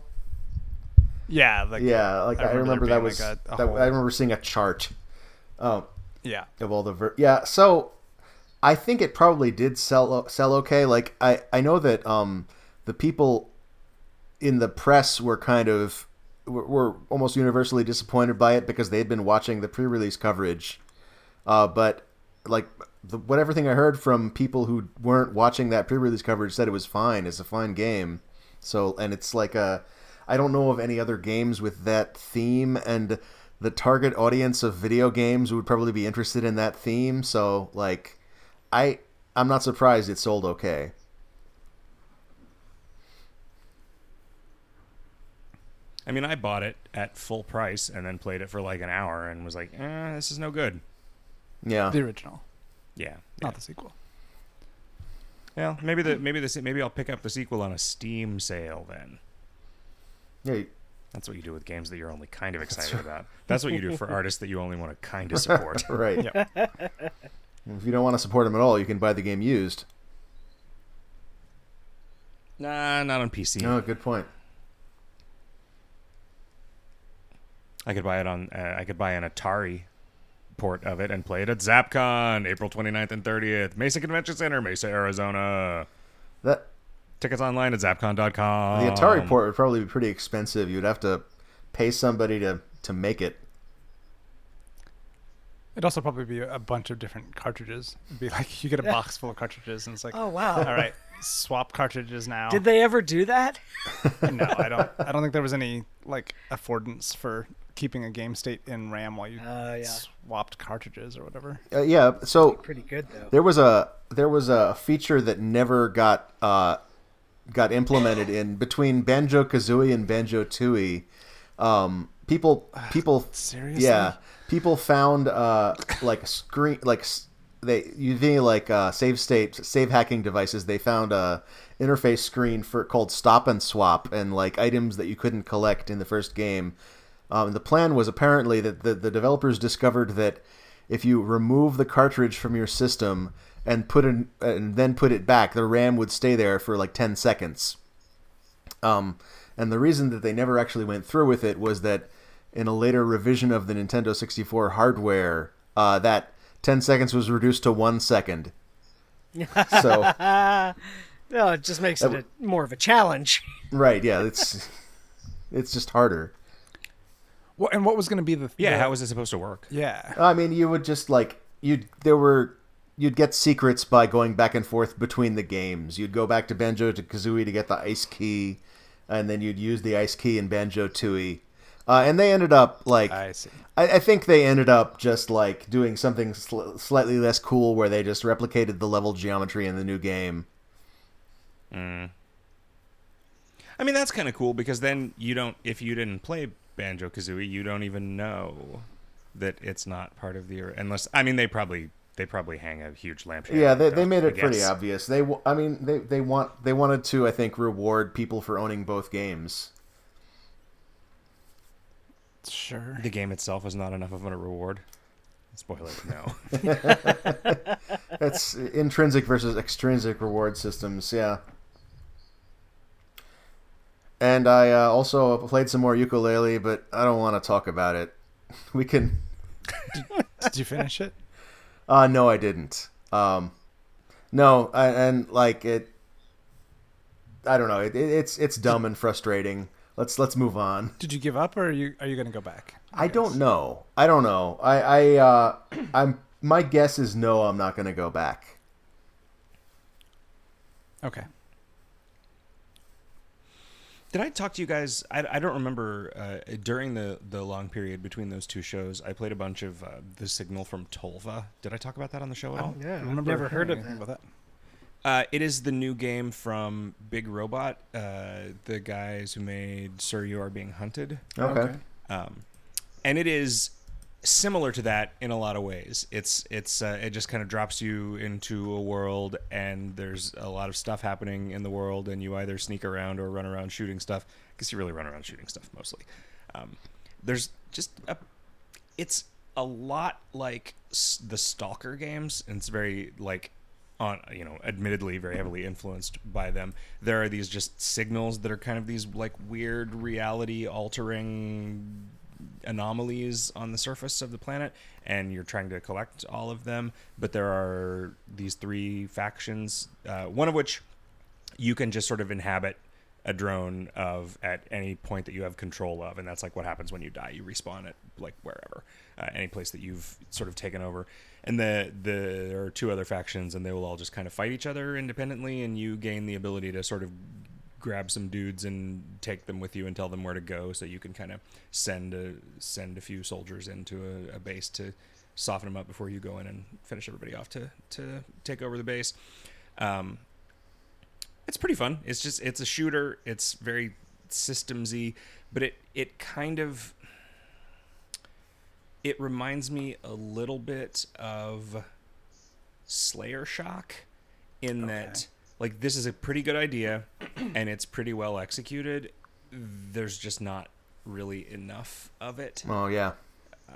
Speaker 4: like
Speaker 3: Yeah, like
Speaker 4: I
Speaker 3: I,
Speaker 4: remember
Speaker 3: remember
Speaker 4: there
Speaker 3: that was
Speaker 4: being, like, a- a
Speaker 3: that,
Speaker 4: whole-
Speaker 3: I remember seeing a chart um,
Speaker 4: yeah.
Speaker 3: of all the ver- yeah. So I think it probably did sell sell okay. Like I I know that um the people in the press were kind of were, were almost universally disappointed by it because they had been watching the pre-release coverage, uh, but like. The, what everything I heard from people who weren't watching that pre-release coverage said it was fine. It's a fine game. So, and it's like a, I don't know of any other games with that theme, and the target audience of video games would probably be interested in that theme. So, like, I, I'm not surprised it sold okay.
Speaker 1: I mean, I bought it at full price and then played it for like an hour and was like, eh, this is no good.
Speaker 3: Yeah.
Speaker 4: the original,
Speaker 1: Yeah.
Speaker 4: not the sequel.
Speaker 1: Well, maybe the maybe the se- maybe I'll pick up the sequel on a Steam sale then.
Speaker 3: Yeah.
Speaker 1: That's what you do with games that you're only kind of excited about. That's what you do for artists that you only want to kind of support.
Speaker 3: Right.
Speaker 4: Yeah.
Speaker 3: If you don't want to support them at all, you can buy the game used.
Speaker 1: nah, not on PC.
Speaker 3: No, good point.
Speaker 1: I could buy it on. Uh, I could buy an Atari port of it and play it at ZapCon, April 29th and 30th, Mesa Convention Center, Mesa, Arizona.
Speaker 3: That
Speaker 1: Tickets online at
Speaker 3: the
Speaker 1: zapcon.com.
Speaker 3: Atari port would probably be pretty expensive. You'd have to pay somebody to to make it.
Speaker 4: It'd also probably be a bunch of different cartridges. It'd be like you get a box full of cartridges, and it's like,
Speaker 2: Oh wow.
Speaker 4: all right, swap cartridges now.
Speaker 2: Did they ever do that?
Speaker 4: no, I don't. I don't think there was any like affordance for keeping a game state in RAM while you
Speaker 2: Uh, yeah.
Speaker 4: swapped cartridges or whatever.
Speaker 3: Uh, yeah. So
Speaker 2: Pretty good though.
Speaker 3: There was a there was a feature that never got uh, got implemented in between Banjo Kazooie and Banjo Tooie. Um, people people
Speaker 4: Seriously?
Speaker 3: yeah people found uh, like screen like s- they using like uh, save state save hacking devices they found a interface screen for called stop and swap and like items that you couldn't collect in the first game. Um, the plan was apparently that the, the developers discovered that if you remove the cartridge from your system and put in, and then put it back, the RAM would stay there for like 10 seconds. Um, and the reason that they never actually went through with it was that in a later revision of the Nintendo 64 hardware, uh, that 10 seconds was reduced to one second. so
Speaker 2: No, Oh, it just makes it a, more of a challenge.
Speaker 3: right, yeah, it's it's just harder.
Speaker 4: Well, and what was going to be the
Speaker 1: Yeah,
Speaker 4: the-
Speaker 1: how is it supposed to work?
Speaker 4: yeah?
Speaker 3: I mean, you would just like you'd there were you'd get secrets by going back and forth between the games. You'd go back to Banjo to Kazooie to get the ice key, and then you'd use the ice key in Banjo Tooie. Uh, and they ended up like
Speaker 4: I see.
Speaker 3: I, I think they ended up just like doing something sl- slightly less cool, where they just replicated the level geometry in the new game.
Speaker 1: I mean, that's kind of cool because then you don't, if you didn't play Banjo Kazooie, you don't even know that it's not part of the, unless, I mean, they probably, they probably hang a huge lampshade.
Speaker 3: Yeah,
Speaker 1: on
Speaker 3: they,
Speaker 1: though,
Speaker 3: they made
Speaker 1: I
Speaker 3: it pretty
Speaker 1: guess.
Speaker 3: obvious. They, w- I mean, they, they want they wanted to, I think, reward people for owning both games.
Speaker 4: Sure.
Speaker 1: The game itself is not enough of a reward. Spoiler, no.
Speaker 3: That's intrinsic versus extrinsic reward systems, yeah. And I uh, also played some more ukulele, but I don't want to talk about it. We can.
Speaker 4: Did you finish it?
Speaker 3: Uh, no, I didn't. Um, no, I, and like it, I don't know. It, it, it's it's dumb and frustrating. Let's let's move on.
Speaker 4: Did you give up, or are you are you going to go back?
Speaker 3: I don't know. I don't know. I I uh, I'm my guess is no. I'm not going to go back.
Speaker 4: Okay.
Speaker 1: Did I talk to you guys? I, I don't remember uh, during the the long period between those two shows. I played a bunch of uh, the Signal from Tolva. Did I talk about that on the show at all?
Speaker 4: Oh, Yeah,
Speaker 2: I've never heard of
Speaker 4: about that.
Speaker 1: Uh, it is the new game from Big Robot, uh, the guys who made Sir You Are Being Hunted.
Speaker 3: Okay.
Speaker 4: Okay.
Speaker 1: um, and it is similar to that in a lot of ways. It's it's uh, it just kind of drops you into a world, and there's a lot of stuff happening in the world, and you either sneak around or run around shooting stuff. I guess you really run around shooting stuff mostly. Um, there's just a, it's a lot like s- the Stalker games, and it's very like on you know admittedly very heavily influenced by them there are these just signals that are kind of these like weird reality altering anomalies on the surface of the planet and you're trying to collect all of them but there are these three factions uh, one of which you can just sort of inhabit a drone of at any point that you have control of and that's like what happens when you die you respawn at like wherever uh, any place that you've sort of taken over and the, the there are two other factions and they will all just kind of fight each other independently and you gain the ability to sort of grab some dudes and take them with you and tell them where to go so you can kind of send a send a few soldiers into a, a base to soften them up before you go in and finish everybody off to to take over the base um, it's pretty fun. It's just it's a shooter. It's very systemsy, but it it kind of it reminds me a little bit of Slayer Shock in that like this is a pretty good idea and it's pretty well executed. There's just not really enough of it
Speaker 3: Oh yeah.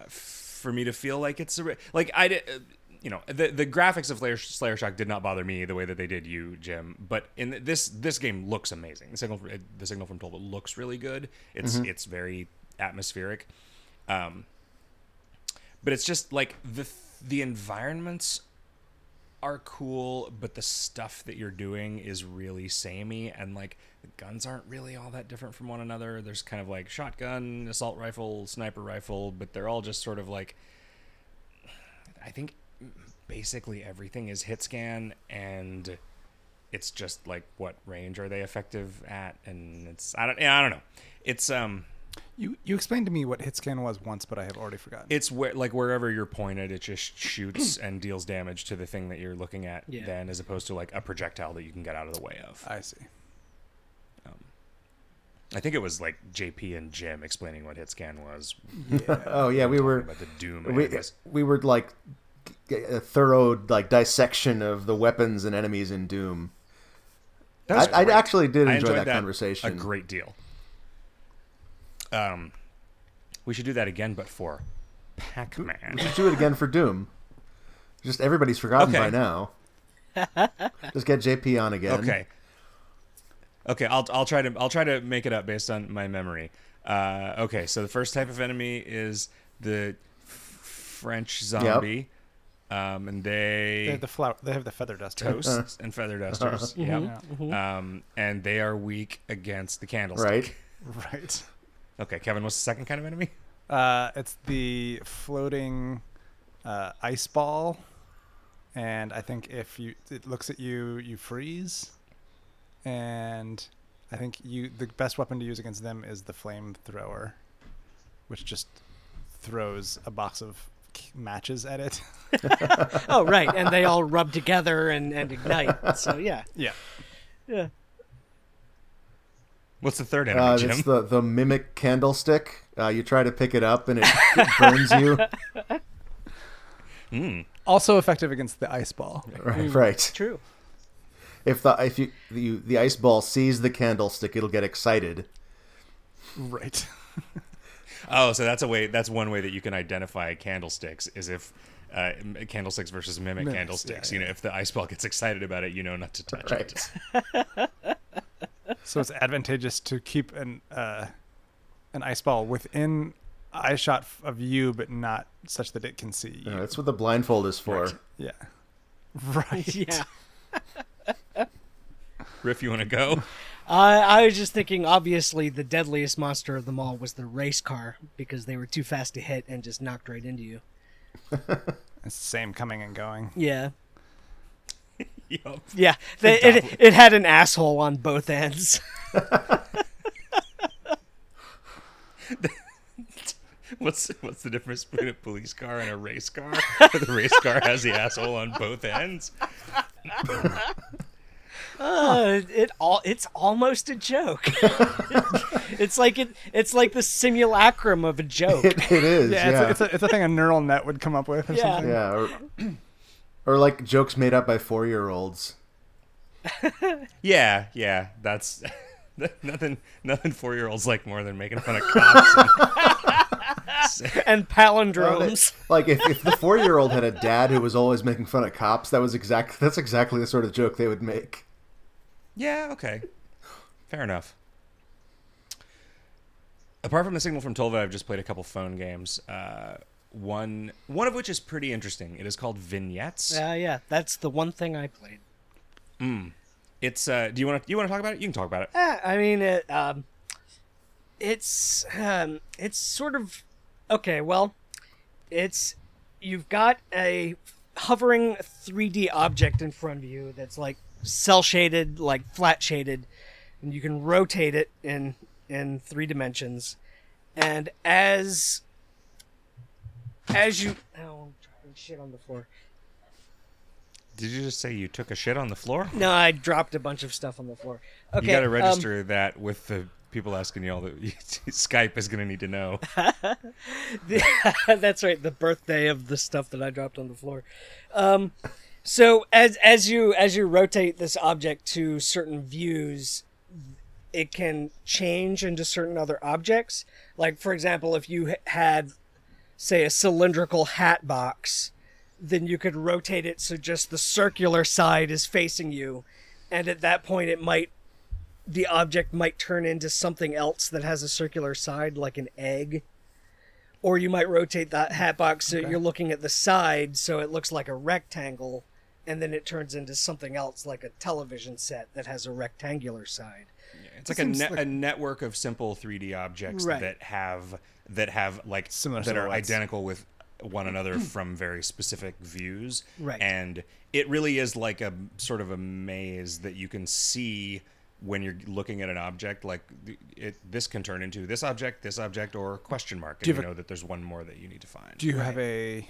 Speaker 1: for me to feel like it's a re- like I did. uh, You know the the graphics of Slayer, Slayer Shock did not bother me the way that they did you, Jim. But in th- this this game looks amazing. The signal from, the signal from Tolbert looks really good. It's it's very atmospheric, um, but it's just like the the environments are cool, but the stuff that you're doing is really samey, and like the guns aren't really all that different from one another. There's kind of like shotgun, assault rifle, sniper rifle, but they're all just sort of like I think basically everything is hit scan, and it's just like what range are they effective at, and it's I don't yeah, I don't know. It's um
Speaker 4: You you explained to me what hit scan was once, but I have already forgotten.
Speaker 1: it's where like wherever you're pointed it just shoots and deals damage to the thing that you're looking at
Speaker 2: Yeah.
Speaker 1: then as opposed to like a projectile that you can get out of the way of
Speaker 4: I see.
Speaker 1: i think it was like jp and jim explaining what hit scan was
Speaker 3: Oh yeah. We were
Speaker 1: about the doom
Speaker 3: we
Speaker 1: enemies.
Speaker 3: we were like g- a thorough like dissection of the weapons and enemies in Doom.
Speaker 1: That was
Speaker 3: I, I
Speaker 1: great.
Speaker 3: actually did
Speaker 1: I
Speaker 3: enjoy
Speaker 1: enjoyed
Speaker 3: that,
Speaker 1: a
Speaker 3: conversation.
Speaker 1: great deal um we should do that again but for pac-man
Speaker 3: Just do it again for Doom. Just everybody's forgotten
Speaker 1: Okay.
Speaker 3: by now. Just get JP on again.
Speaker 1: Okay. Okay, I'll I'll try to I'll try to make it up based on my memory. Uh, okay, so the first type of enemy is the f- French zombie, um, and
Speaker 4: They
Speaker 1: they
Speaker 4: have the flower. They have the feather duster.
Speaker 1: toasts and feather dusters.
Speaker 4: Yeah. Mm-hmm.
Speaker 1: yep. Um, and they are weak against the candlestick.
Speaker 3: Right.
Speaker 4: Right.
Speaker 1: Okay, Kevin, what's the second kind of enemy?
Speaker 4: Uh, it's the floating uh, ice ball, and I think if you it looks at you, you freeze, and I think you the best weapon to use against them is the flamethrower, which just throws a box of k- matches at it.
Speaker 2: Oh, right. And they all rub together and, and ignite. So, yeah.
Speaker 4: yeah.
Speaker 2: Yeah.
Speaker 1: What's the third enemy,
Speaker 3: Uh,
Speaker 1: Jim?
Speaker 3: it's the the mimic candlestick. Uh, you try to pick it up and it, it burns you.
Speaker 4: Also effective against the ice ball.
Speaker 3: Right. Right.
Speaker 2: True.
Speaker 3: If the if you, you the ice ball sees the candlestick, it'll get excited.
Speaker 4: Right.
Speaker 1: Oh, so that's a way. That's one way that you can identify candlesticks is if uh, m- candlesticks versus mimic
Speaker 4: Mimics,
Speaker 1: candlesticks.
Speaker 4: yeah,
Speaker 1: You know, if the ice ball gets excited about it, you know not to touch
Speaker 3: Right.
Speaker 1: it.
Speaker 4: So it's advantageous to keep an uh, an ice ball within eye shot f- of you, but not such that it can see you.
Speaker 3: Uh, that's what the blindfold is for.
Speaker 4: Yeah. Right.
Speaker 2: Yeah.
Speaker 1: Riff, you want to go?
Speaker 2: I, I was just thinking, obviously, the deadliest monster of them all was the race car because they were too fast to hit and just knocked right into you.
Speaker 4: It's the same coming and going.
Speaker 2: Yeah.
Speaker 1: Yup.
Speaker 2: Yeah. They, it, it had an asshole on both ends.
Speaker 1: What's what's the difference between a police car and a race car? the race car has the asshole on both ends.
Speaker 2: Uh, it all it's almost a joke. it's like it it's like the simulacrum of a joke.
Speaker 3: It, it is.
Speaker 4: Yeah,
Speaker 3: Yeah.
Speaker 4: It's, a, it's, a, it's a thing a neural net would come up with or
Speaker 2: Yeah.
Speaker 4: something.
Speaker 3: yeah. Or, or like jokes made up by four year olds.
Speaker 1: Yeah, yeah, that's nothing. Nothing four year olds like more than making fun of cops.
Speaker 2: and palindromes.
Speaker 3: Like if, if the four year old had a dad who was always making fun of cops, that was exact. That's exactly the sort of joke they would make.
Speaker 1: yeah, okay, fair enough. Apart from the signal from Tolva, I've just played a couple phone games. Uh, one one of which is pretty interesting. It is called Vignettes.
Speaker 2: Yeah, yeah. That's the one thing I played.
Speaker 1: It's uh, do you want to you want to talk about it? You can talk about it.
Speaker 2: Yeah, I mean, it, um, it's um, it's sort of okay. Well, it's you've got a hovering 3D object in front of you that's like cell shaded, like flat shaded, and you can rotate it in in three dimensions. And as as you oh, I'm dropping shit on the floor.
Speaker 1: Did you just say you took a shit on the floor?
Speaker 2: No, I dropped a bunch of stuff on the floor. Okay,
Speaker 1: you got to
Speaker 2: um,
Speaker 1: register that with the people asking you all that Skype is going to need to know.
Speaker 2: That's right, the birthday of the stuff that I dropped on the floor. Um, so as as you as you rotate this object to certain views, it can change into certain other objects. Like for example, if you h- had say a cylindrical hat box, then you could rotate it so just the circular side is facing you, and at that point it might the object might turn into something else that has a circular side like an egg or you might rotate that hat box so you're looking at the side so it looks like a rectangle and then it turns into something else like a television set that has a rectangular side
Speaker 1: It's like a,
Speaker 4: seems
Speaker 1: net
Speaker 4: like-
Speaker 1: a network of simple 3D objects
Speaker 2: Right.
Speaker 1: that have that have like
Speaker 4: Similar
Speaker 1: that are
Speaker 4: silhouettes.
Speaker 1: identical with one another from very specific views.
Speaker 2: Right.
Speaker 1: And it really is like a sort of a maze that you can see when you're looking at an object like th- it this can turn into this object, this object or question mark and
Speaker 4: Do
Speaker 1: you,
Speaker 4: you have a-
Speaker 1: know that there's one more that you need to find.
Speaker 4: Do you have a?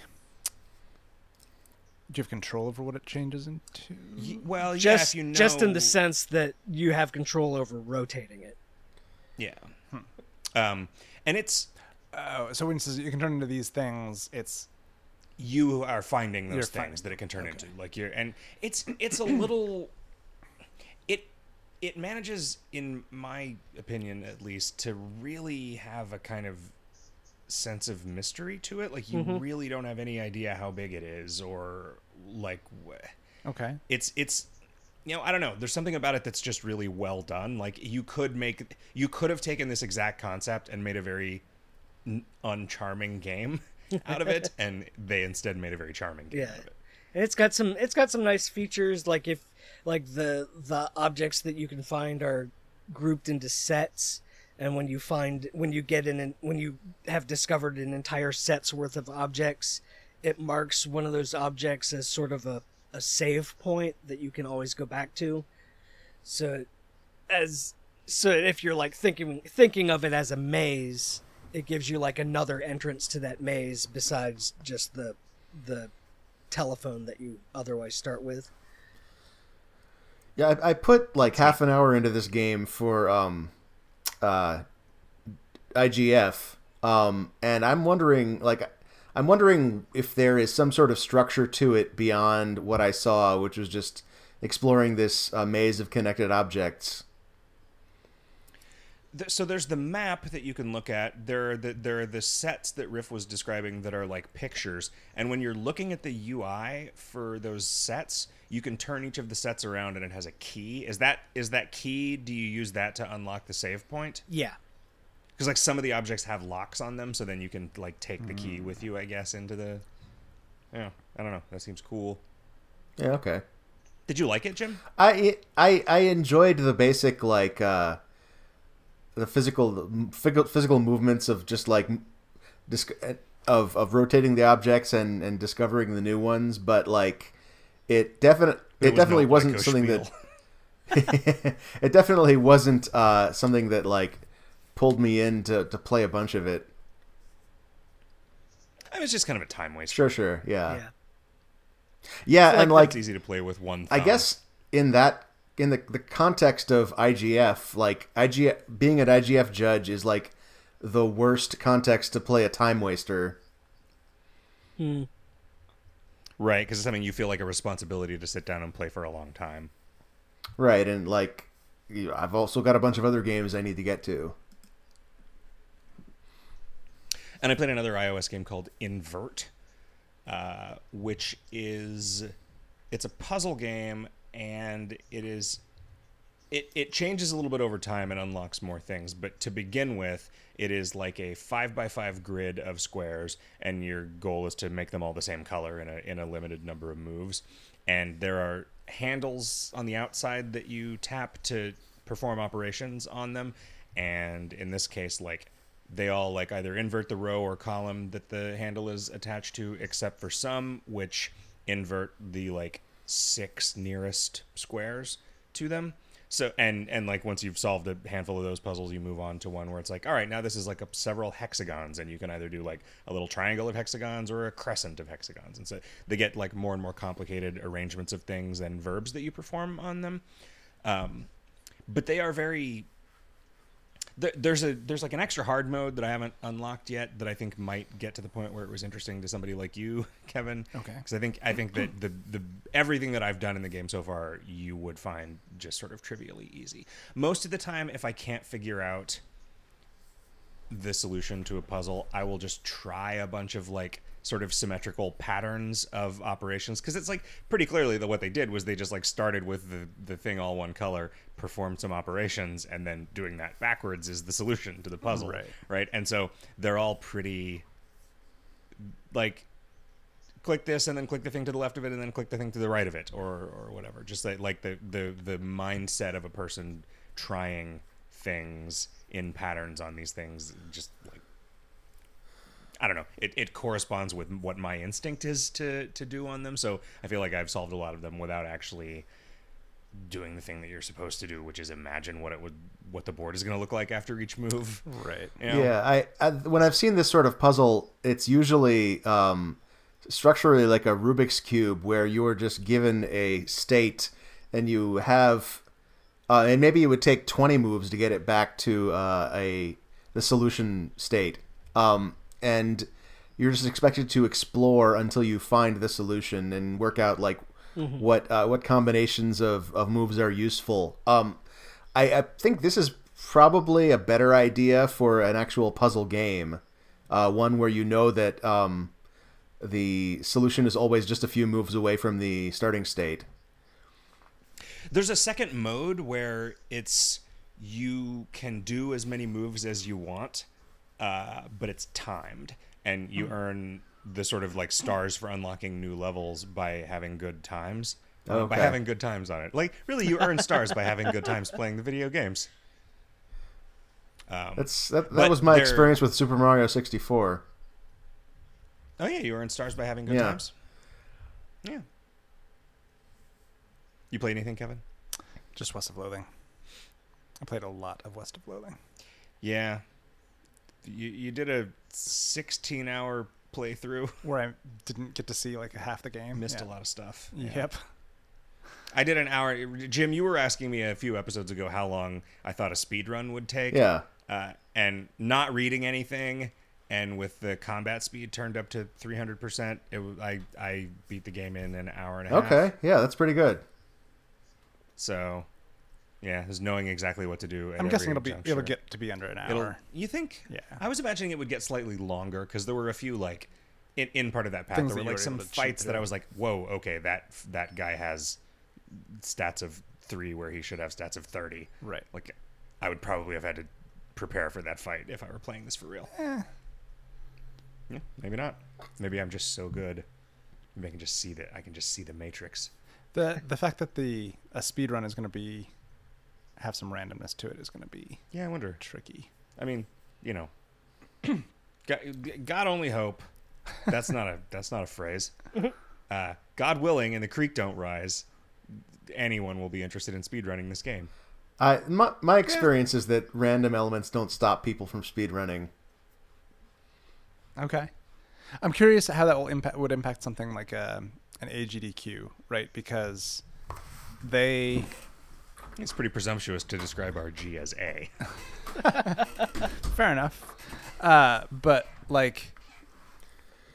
Speaker 4: Do you have control over what it changes into?
Speaker 1: Y- well, yeah,
Speaker 2: just
Speaker 1: if you know
Speaker 2: just in the sense that you have control over rotating it
Speaker 1: Yeah. Um and it's
Speaker 4: Oh, so when it says you can turn into these things, it's
Speaker 1: you are finding those
Speaker 4: You're
Speaker 1: things
Speaker 4: finding-
Speaker 1: that it can turn into like you're and it's it's a little it it manages in my opinion at least to really have a kind of sense of mystery to it like you really don't have any idea how big it is or like wh-
Speaker 4: okay.
Speaker 1: it's it's you know i don't know there's something about it that's just really well done like you could make you could have taken this exact concept and made a very n- uncharming game out of it and they instead made a very charming game
Speaker 2: yeah
Speaker 1: out of it
Speaker 2: and it's got some it's got some nice features like if like the the objects that you can find are grouped into sets and when you find when you get in an, when you have discovered an entire set's worth of objects it marks one of those objects as sort of a, a save point that you can always go back to so as so if you're like thinking thinking of it as a maze it gives you like another entrance to that maze besides just the the telephone that you otherwise start with.
Speaker 3: Yeah, I, I put like half an hour into this game for um, uh, IGF, um, and I'm wondering, like, I'm wondering if there is some sort of structure to it beyond what I saw, which was just exploring this uh, maze of connected objects.
Speaker 1: Th- so there's the map that you can look at. There are the there are the sets that Riff was describing that are like pictures. And when you're looking at the UI for those sets, you can turn each of the sets around, and it has a key. Is that is that key? Do you use that to unlock the save point?
Speaker 2: Yeah.
Speaker 1: Because like some of the objects have locks on them, so then you can like take the key with you, I guess, into the. Yeah, I don't know. That seems cool.
Speaker 3: Yeah, okay.
Speaker 1: Did you like it, Jim?
Speaker 3: I I I enjoyed the basic like uh, the physical physical movements of just like disc- of of rotating the objects and and discovering the new ones, but like it definitely it,
Speaker 1: was
Speaker 3: definitely
Speaker 1: no
Speaker 3: wasn't
Speaker 1: Lyco
Speaker 3: something
Speaker 1: spiel.
Speaker 3: that it definitely wasn't uh, something that like pulled me in to, to play a bunch of it.
Speaker 1: It was just kind of a time waste.
Speaker 3: Sure, sure,
Speaker 4: Ah,
Speaker 3: yeah, yeah,
Speaker 2: Yeah.
Speaker 3: and like
Speaker 1: it's easy to play with one.
Speaker 3: I
Speaker 1: thumb.
Speaker 3: guess in that in the the context of IGF, like IGF being an IGF judge is like the worst context to play a time waster.
Speaker 1: right because it's something you feel like a responsibility to sit down and play for a long time.
Speaker 3: Right, and like you- I've also got a bunch of other games I need to get to.
Speaker 1: And I played another iOS game called Invert, uh, which is it's a puzzle game and it is it, it changes a little bit over time and unlocks more things but to begin with it is like a five by five grid of squares and your goal is to make them all the same color in a, in a limited number of moves and there are handles on the outside that you tap to perform operations on them and in this case like they all like either invert the row or column that the handle is attached to except for some which invert the like six nearest squares to them so and and like once you've solved a handful of those puzzles you move on to one where it's like all right now this is like a, several hexagons and you can either do like a little triangle of hexagons or a crescent of hexagons and so they get like more and more complicated arrangements of things and verbs that you perform on them but they are very there, there's a there's like an extra hard mode that I haven't unlocked yet that I think might get to the point where it was interesting to somebody like you, Kevin.
Speaker 4: Okay.
Speaker 1: Because I think I think that the the everything that I've done in the game so far you would find just sort of trivially easy. Most of the time, if I can't figure out the solution to a puzzle, I will just try a bunch of like sort of symmetrical patterns of operations because it's like pretty clearly that what they did was they just like started with the the thing all one color, performed some operations, and then doing that backwards is the solution to the puzzle,
Speaker 4: Right.
Speaker 1: Right, and so they're all pretty like click this and then click the thing to the left of it and then click the thing to the right of it or or whatever just like, like the the the mindset of a person trying things in patterns on these things just like i don't know it, it corresponds with what my instinct is to to do on them so i feel like i've solved a lot of them without actually doing the thing that you're supposed to do which is imagine what it would what the board is going to look like after each move
Speaker 4: Right.
Speaker 1: you know?
Speaker 3: Yeah, I, I when I've seen this sort of puzzle, it's usually um, structurally like a Rubik's cube, where you are just given a state, and you have, uh, and maybe it would take twenty moves to get it back to uh, a the solution state, um, and you're just expected to explore until you find the solution and work out like what uh, what combinations of, of moves are useful. Um, I, I think this is probably a better idea for an actual puzzle game, uh, one where you know that um, the solution is always just a few moves away from the starting state.
Speaker 1: There's a second mode where it's you can do as many moves as you want, uh, but it's timed, and
Speaker 3: Hmm.
Speaker 1: you earn the sort of like stars for unlocking new levels by having good times. uh, By
Speaker 3: Okay.
Speaker 1: having good times on it, like really, you earn stars by having good times playing the video games.
Speaker 3: That's that, that
Speaker 1: Um, But
Speaker 3: was my
Speaker 1: there-
Speaker 3: experience with Super Mario 64.
Speaker 1: Oh yeah, you earn stars by having good
Speaker 3: Yeah.
Speaker 1: times. Yeah. You play anything, Kevin?
Speaker 4: Just West of Loathing. I played a lot of West of Loathing.
Speaker 1: Yeah. You you did a 16 hour playthrough.
Speaker 4: Where I didn't get to see like half the game.
Speaker 1: missed
Speaker 4: Yeah.
Speaker 1: a lot of stuff.
Speaker 4: Yep.
Speaker 1: I did an hour. Jim, you were asking me a few episodes ago how long I thought a speed run would take.
Speaker 3: Yeah.
Speaker 1: Uh, and not reading anything, and with the combat speed turned up to 300%, it, wa- I, I beat the game in an hour and a half.
Speaker 3: Okay, yeah, that's pretty good.
Speaker 1: So, yeah, just knowing exactly what to do. At
Speaker 4: I'm
Speaker 1: every
Speaker 4: guessing it'll be
Speaker 1: juncture.
Speaker 4: it'll get to be under an hour.
Speaker 1: It'll- you think?
Speaker 4: Yeah.
Speaker 1: I was imagining it would get slightly longer because there were a few like in, in part of that path
Speaker 4: Things
Speaker 1: there
Speaker 4: that
Speaker 1: were
Speaker 4: you
Speaker 1: like
Speaker 4: were
Speaker 1: some
Speaker 4: able to cheat
Speaker 1: fights that I
Speaker 4: through.
Speaker 1: was like, whoa, okay, that that guy has stats of three where he should have stats of thirty.
Speaker 4: Right.
Speaker 1: Like, I would probably have had to prepare for that fight if I were playing this for real.
Speaker 4: Eh.
Speaker 1: Yeah, maybe not. Maybe I'm just so good. Maybe I can just see that. I can just see the matrix.
Speaker 4: the the fact that the a speed run is going to be have some randomness to it is going to be
Speaker 1: Yeah, I wonder.
Speaker 4: tricky.
Speaker 1: I mean, you know, God, God only hope. That's not a that's not a phrase. Uh, God willing, and the creek don't rise. Anyone will be interested in speedrunning this game.
Speaker 3: I my, my experience is that random elements don't stop people from speedrunning.
Speaker 4: Okay. I'm curious how that will impact would impact something like um an AGDQ, right? Because they
Speaker 1: It's pretty presumptuous to describe RG as A.
Speaker 4: fair enough, uh, but like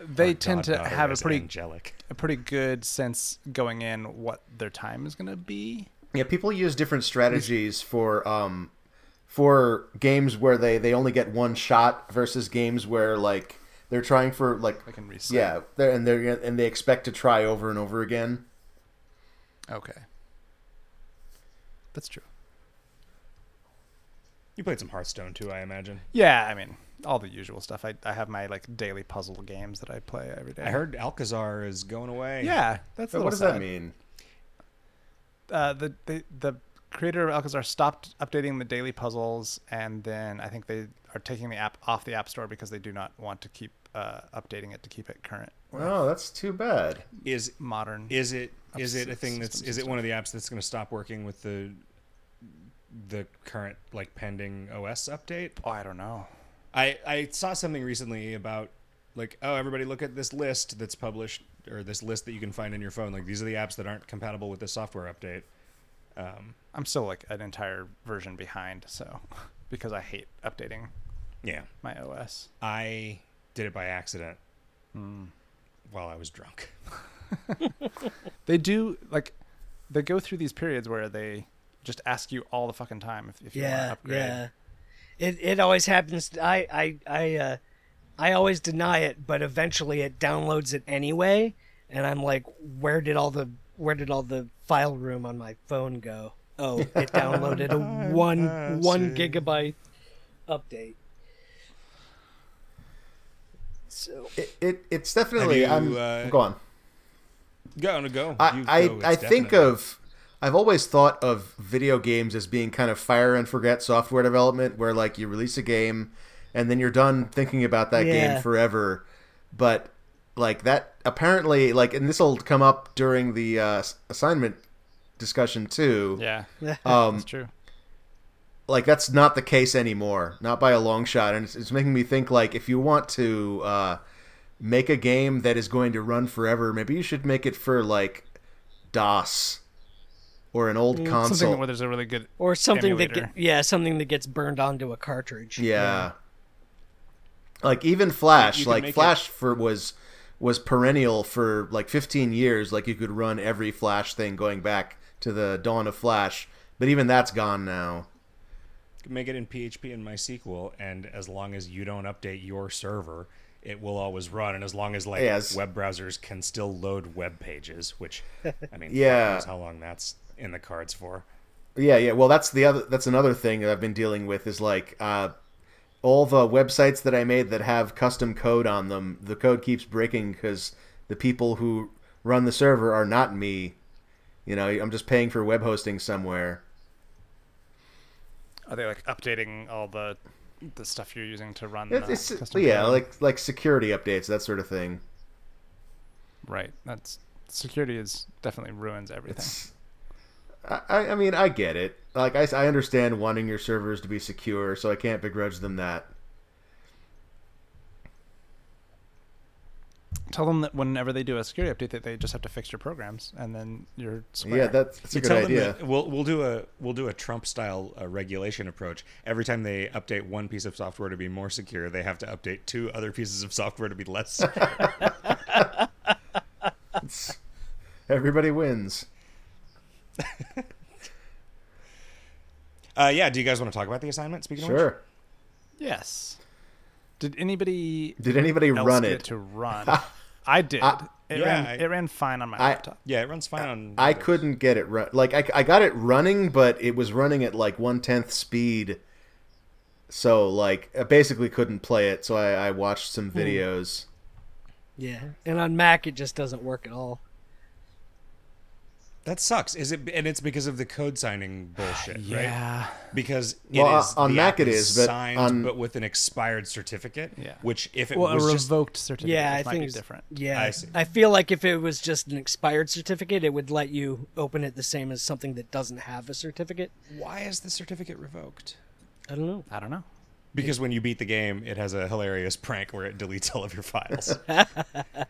Speaker 4: they
Speaker 1: Our
Speaker 4: tend to
Speaker 1: goddaughter
Speaker 4: have a
Speaker 1: is
Speaker 4: pretty
Speaker 1: angelic.
Speaker 4: a pretty good sense going in what their time is going to be.
Speaker 3: Yeah, people use different strategies for um for games where they they only get one shot versus games where like they're trying for like
Speaker 4: I can reset.
Speaker 3: yeah, they're, and they are and they expect to try over and over again.
Speaker 4: Okay. That's true.
Speaker 1: You played some Hearthstone too, I imagine.
Speaker 4: Yeah, I mean, all the usual stuff. I, I have my like daily puzzle games that I play every day.
Speaker 1: I heard Alcazar is going away.
Speaker 4: Yeah, that's a
Speaker 3: But
Speaker 4: little
Speaker 3: what does
Speaker 4: sad.
Speaker 3: that mean?
Speaker 4: Uh, the, the the creator of Alcazar stopped updating the daily puzzles, and then I think they are taking the app off the App Store because they do not want to keep uh, updating it to keep it current,
Speaker 3: Oh, that's too bad.
Speaker 1: Is
Speaker 4: modern.
Speaker 1: is it is it a
Speaker 4: Upsets
Speaker 1: thing that's
Speaker 4: systems
Speaker 1: is it one of the apps that's going to stop working with the the current like pending OS update?
Speaker 4: oh, I don't know.
Speaker 1: I, I saw something recently about like oh everybody look at this list that's published or this list that you can find in your phone like these are the apps that aren't compatible with this software update
Speaker 4: I'm still like an entire version behind, so because I hate updating
Speaker 1: yeah
Speaker 4: my OS.
Speaker 1: i did it by accident Hmm. while i was drunk
Speaker 4: They do like they go through these periods where they just ask you all the fucking time if, if you want to
Speaker 2: yeah,
Speaker 4: upgrade.
Speaker 2: yeah. It it always happens. I I I uh, I always deny it, but eventually it downloads it anyway, and I'm like, where did all the where did all the file room on my phone go? Oh, it downloaded a
Speaker 4: Ah,
Speaker 2: one one gigabyte update. So
Speaker 3: It, it it's definitely
Speaker 1: Have
Speaker 3: I'm
Speaker 1: you, uh,
Speaker 3: go on.
Speaker 1: go no go You
Speaker 3: I,
Speaker 1: go, it's
Speaker 3: I, I think
Speaker 1: definite.
Speaker 3: of I've always thought of video games as being kind of fire and forget software development where like you release a game and then you're done thinking about that
Speaker 2: Yeah.
Speaker 3: game forever but like that apparently like and this will come up during the uh, s- assignment discussion too
Speaker 4: Yeah,
Speaker 3: um
Speaker 4: that's true.
Speaker 3: like that's not the case anymore not by a long shot and it's, it's making me think like if you want to uh, make a game that is going to run forever maybe you should make it for like dos or an
Speaker 1: Mm,
Speaker 3: old console
Speaker 4: Something where there's a really good
Speaker 2: or something that
Speaker 4: Emulator.
Speaker 2: get, yeah something that gets burned onto a cartridge.
Speaker 3: yeah. like even flash
Speaker 1: You can make
Speaker 3: like
Speaker 1: it-
Speaker 3: flash for was was perennial for like 15 years like you could run every flash thing going back to the dawn of flash but even that's gone now
Speaker 1: make it in php and mysql and as long as you don't update your server it will always run and as long as like
Speaker 3: Yes.
Speaker 1: web browsers can still load web pages which i mean
Speaker 3: Yeah.
Speaker 1: yeah how long that's in the cards for
Speaker 3: Yeah, yeah. Well, that's the other. That's another thing that I've been dealing with is like uh, all the websites that I made that have custom code on them. The code keeps breaking because the people who run the server are not me. You know, I'm just paying for web hosting somewhere.
Speaker 4: Are they like updating all the the stuff you're using to run? the
Speaker 3: It's, it's
Speaker 4: custom
Speaker 3: yeah,
Speaker 4: code?
Speaker 3: like like security updates, that sort of thing.
Speaker 4: right. That's security is definitely ruins everything.
Speaker 3: I- I, I mean, I get it. Like, I, s- I understand wanting your servers to be secure, so I can't begrudge them that.
Speaker 4: Tell them that whenever they do a security update, that they just have to fix your programs, and then you're square.
Speaker 3: Yeah, that's, that's a
Speaker 1: You
Speaker 3: good
Speaker 1: tell them
Speaker 3: idea.
Speaker 1: that- we'll we'll do a we'll do a Trump style uh, regulation approach. Every time they update one piece of software to be more secure, they have to update two other pieces of software to be less. secure.
Speaker 3: Everybody wins.
Speaker 1: uh, yeah. Do you guys want to talk about the assignment? Speaking of which,
Speaker 3: Sure.
Speaker 4: yes. Did anybody
Speaker 3: Did anybody
Speaker 4: else
Speaker 3: run
Speaker 4: get
Speaker 3: it?
Speaker 4: to run? I did. it
Speaker 1: Yeah,
Speaker 4: ran.
Speaker 1: I-
Speaker 4: it ran fine on my
Speaker 3: I-
Speaker 4: laptop.
Speaker 1: yeah, it runs fine on.
Speaker 3: I couldn't get it run. Like I, I got it running, but it was running at like one tenth speed. So like I basically couldn't play it. So I, I watched some
Speaker 1: Hmm.
Speaker 3: videos.
Speaker 2: yeah. And on Mac it just doesn't work at all.
Speaker 1: That sucks. Is it? And it's because of the code signing bullshit, right?
Speaker 4: Yeah.
Speaker 1: Because it
Speaker 3: Well,
Speaker 1: is-
Speaker 3: uh, on
Speaker 1: the
Speaker 3: Mac
Speaker 1: app
Speaker 3: it is, but
Speaker 1: signed,
Speaker 3: on-
Speaker 1: but with an expired certificate.
Speaker 4: Yeah.
Speaker 1: Which if it
Speaker 4: Well, a
Speaker 1: was just
Speaker 4: revoked certificate.
Speaker 2: Yeah, I
Speaker 4: which might
Speaker 2: think
Speaker 4: be
Speaker 2: it's-
Speaker 4: different.
Speaker 2: Yeah,
Speaker 1: I see.
Speaker 2: feel like if it was just an expired certificate, it would let you open it the same as something that doesn't have a certificate.
Speaker 1: why is the certificate revoked?
Speaker 2: I don't know.
Speaker 4: I don't know.
Speaker 1: Because when you beat the game, it has a hilarious prank where it deletes all of your files.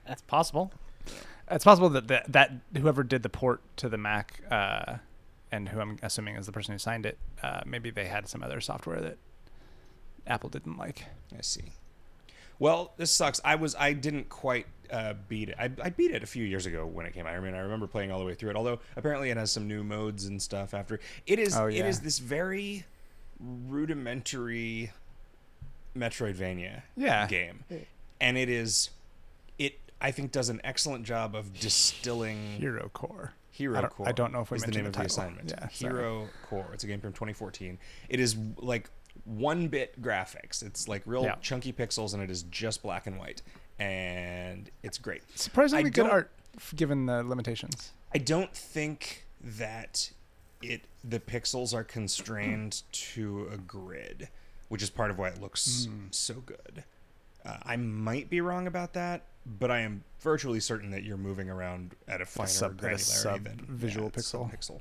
Speaker 4: It's possible. It's possible that, that that whoever did the port to the Mac, uh, and who I'm assuming is the person who signed it, uh, maybe they had some other software that Apple didn't like.
Speaker 1: I see. Well, this sucks. I was I didn't quite uh, beat it. I, I beat it a few years ago when it came out. I mean, I remember playing all the way through it. Although apparently it has some new modes and stuff after. It is
Speaker 4: Oh,
Speaker 1: it
Speaker 4: yeah.
Speaker 1: is this very rudimentary Metroidvania
Speaker 4: Yeah.
Speaker 1: game, and it is it I think does an excellent job of distilling
Speaker 4: Hero Core.
Speaker 1: Hero
Speaker 4: I don't,
Speaker 1: Core.
Speaker 4: I don't know if we
Speaker 1: is the
Speaker 4: mentioned
Speaker 1: name of the
Speaker 4: title.
Speaker 1: assignment.
Speaker 4: Yeah, sorry.
Speaker 1: Hero Core. It's a game from 2014. It is like one bit graphics. It's like real
Speaker 4: Yeah.
Speaker 1: chunky pixels, and it is just black and white, and it's great. I
Speaker 4: Surprisingly good
Speaker 1: don't-
Speaker 4: art, f- given the limitations.
Speaker 1: I don't think that it the pixels are constrained to a grid, which is part of why it looks
Speaker 4: Hmm.
Speaker 1: so good. Uh, I might be wrong about that, but I am virtually certain that you're moving around at a finer
Speaker 4: sub- at a
Speaker 1: granularity
Speaker 4: sub-
Speaker 1: than
Speaker 4: visual
Speaker 1: yeah,
Speaker 4: pixel.
Speaker 1: pixel.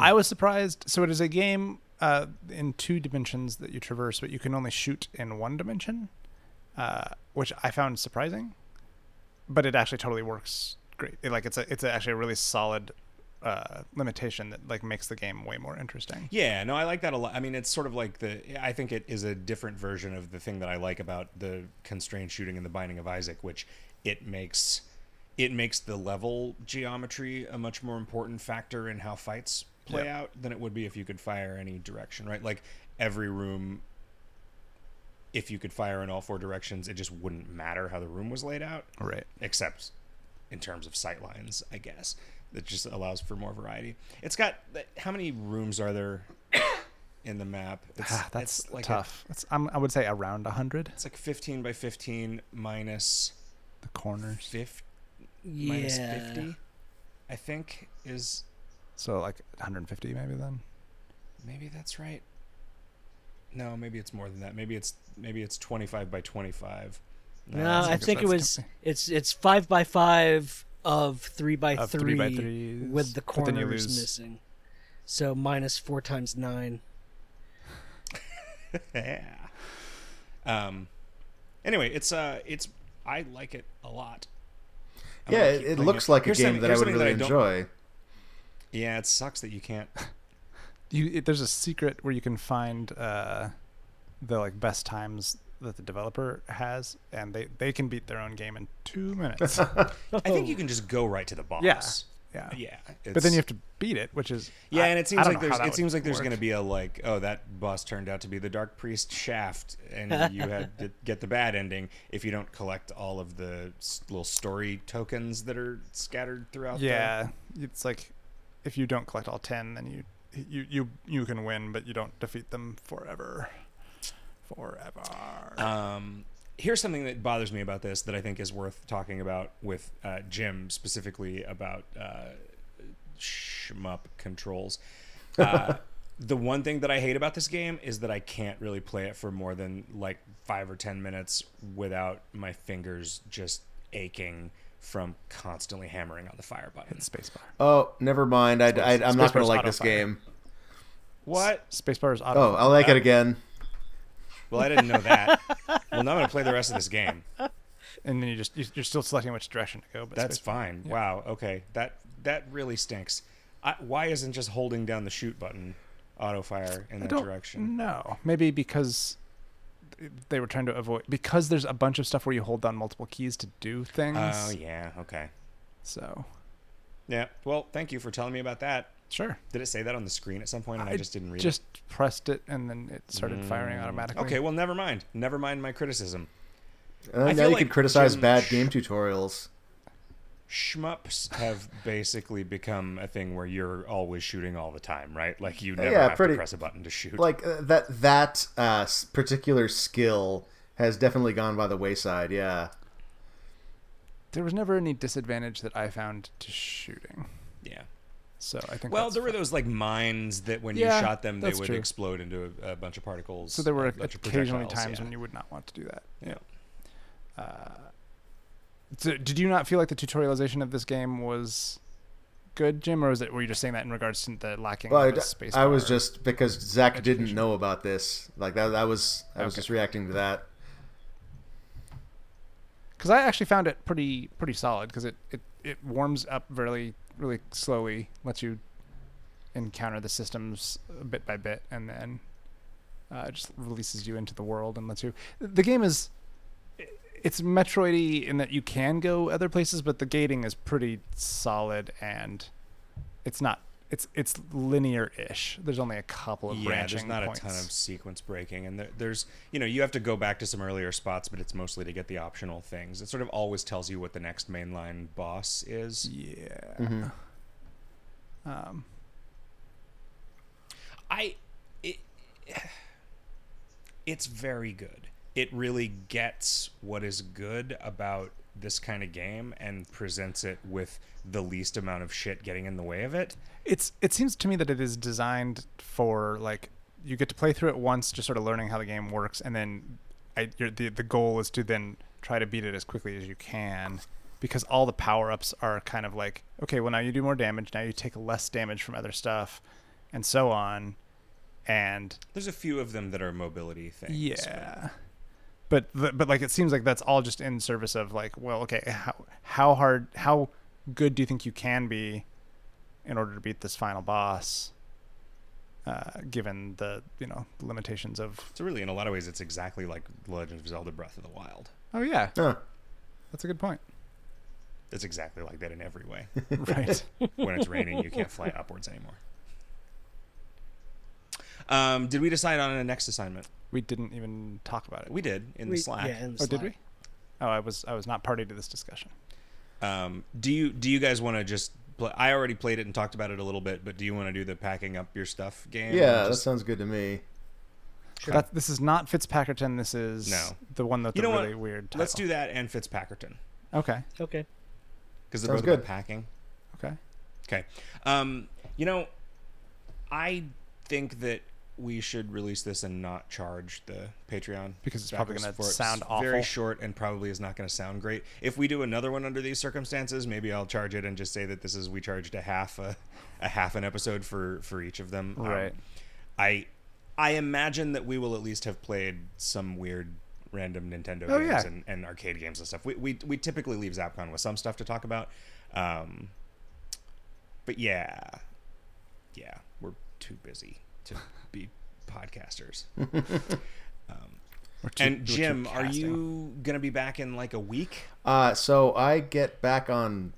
Speaker 4: I was surprised. So it is a game uh, in two dimensions that you traverse, but you can only shoot in one dimension, uh, which I found surprising. But it actually totally works great. It, like it's a it's a, actually a really solid uh, limitation that like makes the game way more interesting.
Speaker 1: Yeah, no, I like that a lot. I mean, it's sort of like the. I think it is a different version of the thing that I like about the constrained shooting and the Binding of Isaac, which it makes it makes the level geometry a much more important factor in how fights play
Speaker 4: Yeah.
Speaker 1: out than it would be if you could fire any direction, right? Like every room if you could fire in all four directions, it just wouldn't matter how the room was laid out
Speaker 4: Right.
Speaker 1: except in terms of sight lines, I guess. That just allows for more variety. It's got how many rooms are there in the map? It's,
Speaker 4: Ah, that's
Speaker 1: it's like a-
Speaker 4: tough. It's, I'm, I would say around hundred.
Speaker 1: it's like 15 by 15 minus
Speaker 4: The corners.
Speaker 1: 50,
Speaker 2: Yeah,
Speaker 1: minus 50, I think is
Speaker 4: So like 150 maybe then.
Speaker 1: maybe that's right. No, maybe it's more than that. Maybe it's maybe it's 25 by 25.
Speaker 2: No,
Speaker 1: that's-
Speaker 2: I think it
Speaker 4: that's
Speaker 2: was.
Speaker 4: company.
Speaker 2: It's it's five by five of three by
Speaker 4: Of
Speaker 2: three,
Speaker 4: three by threes,
Speaker 2: with the
Speaker 4: but then you
Speaker 2: corners
Speaker 4: lose-
Speaker 2: missing. So minus four times nine.
Speaker 1: yeah. Um. Anyway, it's uh, it's I like it a lot. I'm
Speaker 3: yeah,
Speaker 1: gonna
Speaker 3: it,
Speaker 1: keep
Speaker 3: it
Speaker 1: playing
Speaker 3: looks like a
Speaker 1: Here's
Speaker 3: game
Speaker 1: something-
Speaker 3: that I
Speaker 1: here's
Speaker 3: would
Speaker 1: something
Speaker 3: really
Speaker 1: don't-
Speaker 3: enjoy.
Speaker 1: Yeah, it sucks that you can't.
Speaker 4: you it, there's a secret where you can find uh, the like best times that the developer has, and they they can beat their own game in two minutes.
Speaker 1: I think you can just go right to the boss.
Speaker 4: yeah, Oh. yeah,
Speaker 1: Yeah.
Speaker 4: But then you have to beat it, which is
Speaker 1: Yeah,
Speaker 4: I-
Speaker 1: and it
Speaker 4: I
Speaker 1: seems
Speaker 4: don't
Speaker 1: like
Speaker 4: know how
Speaker 1: there's
Speaker 4: that
Speaker 1: it
Speaker 4: would
Speaker 1: seems like there's
Speaker 4: work.
Speaker 1: going to be a like, oh, that boss turned out to be the dark priest shaft, and you had to get the bad ending if you don't collect all of the s- little story tokens that are scattered throughout. the-
Speaker 4: yeah. It's like if you don't collect all ten, then you you you you can win, but you don't defeat them forever, forever.
Speaker 1: Um, here's something that bothers me about this that I think is worth talking about with uh, Jim specifically about uh, shmup controls. Uh, the one thing that I hate about this game is that I can't really play it for more than like five or ten minutes without my fingers just aching from constantly hammering on the fire button.
Speaker 4: Spacebar.
Speaker 3: Oh, never mind. I, I, I'm not going
Speaker 4: Spacebar's
Speaker 3: to like this
Speaker 4: auto-fire.
Speaker 3: game.
Speaker 1: What?
Speaker 4: Spacebar is auto.
Speaker 3: Oh, I like it again.
Speaker 1: Well, I didn't know that. well, now I'm gonna play the rest of this game.
Speaker 4: and then you just you- you're still selecting which direction to go. But
Speaker 1: That's
Speaker 4: spacebar-
Speaker 1: fine. Wow. Okay. That that really stinks. I, why isn't just holding down the shoot button auto fire in that direction?
Speaker 4: No, maybe because they were trying to avoid because there's a bunch of stuff where you hold down multiple keys to do things.
Speaker 1: Oh yeah. Okay.
Speaker 4: So
Speaker 1: Yeah. Well, thank you for telling me about that.
Speaker 4: sure,
Speaker 1: Did it say that on the screen at some point, and I, just didn't read
Speaker 4: Just pressed it and then it started firing
Speaker 1: it?
Speaker 4: automatically.
Speaker 1: Okay. Well, never mind. Never mind my criticism.
Speaker 3: Uh,
Speaker 1: I
Speaker 3: now
Speaker 1: feel
Speaker 3: you
Speaker 1: like
Speaker 3: can criticize
Speaker 1: Jim
Speaker 3: bad
Speaker 1: Sh-
Speaker 3: game tutorials.
Speaker 1: Shmups have basically become a thing where you're always shooting all the time, right? Like you never
Speaker 3: Yeah,
Speaker 1: have
Speaker 3: pretty-
Speaker 1: to press a button to shoot.
Speaker 3: Like uh, that that uh, s- particular skill has definitely gone by the wayside. Yeah.
Speaker 4: there was never any disadvantage that I found to shooting.
Speaker 1: Yeah.
Speaker 4: So I think
Speaker 1: Well,
Speaker 4: that's
Speaker 1: there were
Speaker 4: fine.
Speaker 1: those like mines that when
Speaker 4: Yeah,
Speaker 1: you shot them, they
Speaker 4: that's
Speaker 1: would
Speaker 4: true.
Speaker 1: explode into a, a bunch of particles.
Speaker 4: so there were
Speaker 1: a bunch of
Speaker 4: occasionally
Speaker 1: projectiles,
Speaker 4: times
Speaker 1: yeah.
Speaker 4: when you would not want to do that.
Speaker 1: Yeah.
Speaker 4: So did you not feel like the tutorialization of this game was good, Jim, or was it were you just saying that in regards to the lacking
Speaker 3: Well,
Speaker 4: of a
Speaker 3: I,
Speaker 4: space?
Speaker 3: I was
Speaker 4: bar?
Speaker 3: just because Zach didn't know about this. Like that, I was I was
Speaker 4: Okay.
Speaker 3: just reacting to that.
Speaker 4: because I actually found it pretty pretty solid because it, it it warms up really really slowly, lets you encounter the systems bit by bit, and then uh, just releases you into the world and lets you. The game is it's Metroidy in that you can go other places, but the gating is pretty solid and it's not. It's it's linear-ish. There's only a couple of
Speaker 1: Yeah,
Speaker 4: branching
Speaker 1: there's not
Speaker 4: points.
Speaker 1: a ton of sequence breaking, and there, there's you know you have to go back to some earlier spots, but it's mostly to get the optional things. It sort of always tells you what the next mainline boss is.
Speaker 4: Yeah. Um,
Speaker 1: I, it, it's very good. It really gets what is good about this kind of game and presents it with the least amount of shit getting in the way of it.
Speaker 4: it's it seems to me that it is designed for like you get to play through it once just sort of learning how the game works and then I, your, the, the goal is to then try to beat it as quickly as you can because all the power-ups are kind of like okay well now you do more damage now you take less damage from other stuff and so on and
Speaker 1: There's a few of them that are mobility things.
Speaker 4: yeah. But the, but like it seems like that's all just in service of like well okay how how hard how good do you think you can be in order to beat this final boss uh, given the you know limitations of
Speaker 1: So really, in a lot of ways, it's exactly like Legend of Zelda: Breath of the Wild.
Speaker 4: oh yeah
Speaker 3: Huh.
Speaker 4: that's a good point
Speaker 1: It's exactly like that in every way.
Speaker 4: right
Speaker 1: when it's raining, you can't fly upwards anymore. Um, did we decide on a next assignment?
Speaker 4: we didn't even talk about it
Speaker 1: We did in
Speaker 2: We-
Speaker 1: the Slack.
Speaker 2: Yeah, in
Speaker 4: oh did
Speaker 2: Slack.
Speaker 4: we oh I was I was not party to this discussion
Speaker 1: Um, do you do you guys want to just? Play, I already played it and talked about it a little bit, but do you want to do the packing up your stuff game?
Speaker 3: Yeah, that
Speaker 1: Just-
Speaker 3: sounds good to me.
Speaker 4: that, this is not Fitzpackerton this is
Speaker 1: No.
Speaker 4: the one with
Speaker 1: You
Speaker 4: the
Speaker 1: know what?
Speaker 4: really weird title.
Speaker 1: let's do that and Fitzpackerton
Speaker 4: okay
Speaker 2: Okay.
Speaker 1: because they're
Speaker 3: Sounds
Speaker 1: both about
Speaker 3: good.
Speaker 1: packing.
Speaker 4: okay
Speaker 1: Okay. Um, you know, I think that we should release this and not charge the Patreon
Speaker 4: Because it's probably
Speaker 1: backers
Speaker 4: gonna
Speaker 1: for it. It's
Speaker 4: sound
Speaker 1: Very
Speaker 4: awful.
Speaker 1: short and probably is not going to sound great. If we do another one under these circumstances, maybe I'll charge it and just say that this is we charged a half a, a half an episode for for each of them. Um,
Speaker 4: Right.
Speaker 1: I I imagine that we will at least have played some weird random Nintendo
Speaker 4: Oh,
Speaker 1: games
Speaker 4: yeah.
Speaker 1: and, and arcade games and stuff. We, we we typically leave Zapcon with some stuff to talk about. Um, but yeah, yeah, we're too busy to be podcasters.
Speaker 4: We're too- we're
Speaker 1: and
Speaker 4: too
Speaker 1: Jim, are
Speaker 4: casting.
Speaker 1: you gonna be back in like a week?
Speaker 3: Uh, so I get back on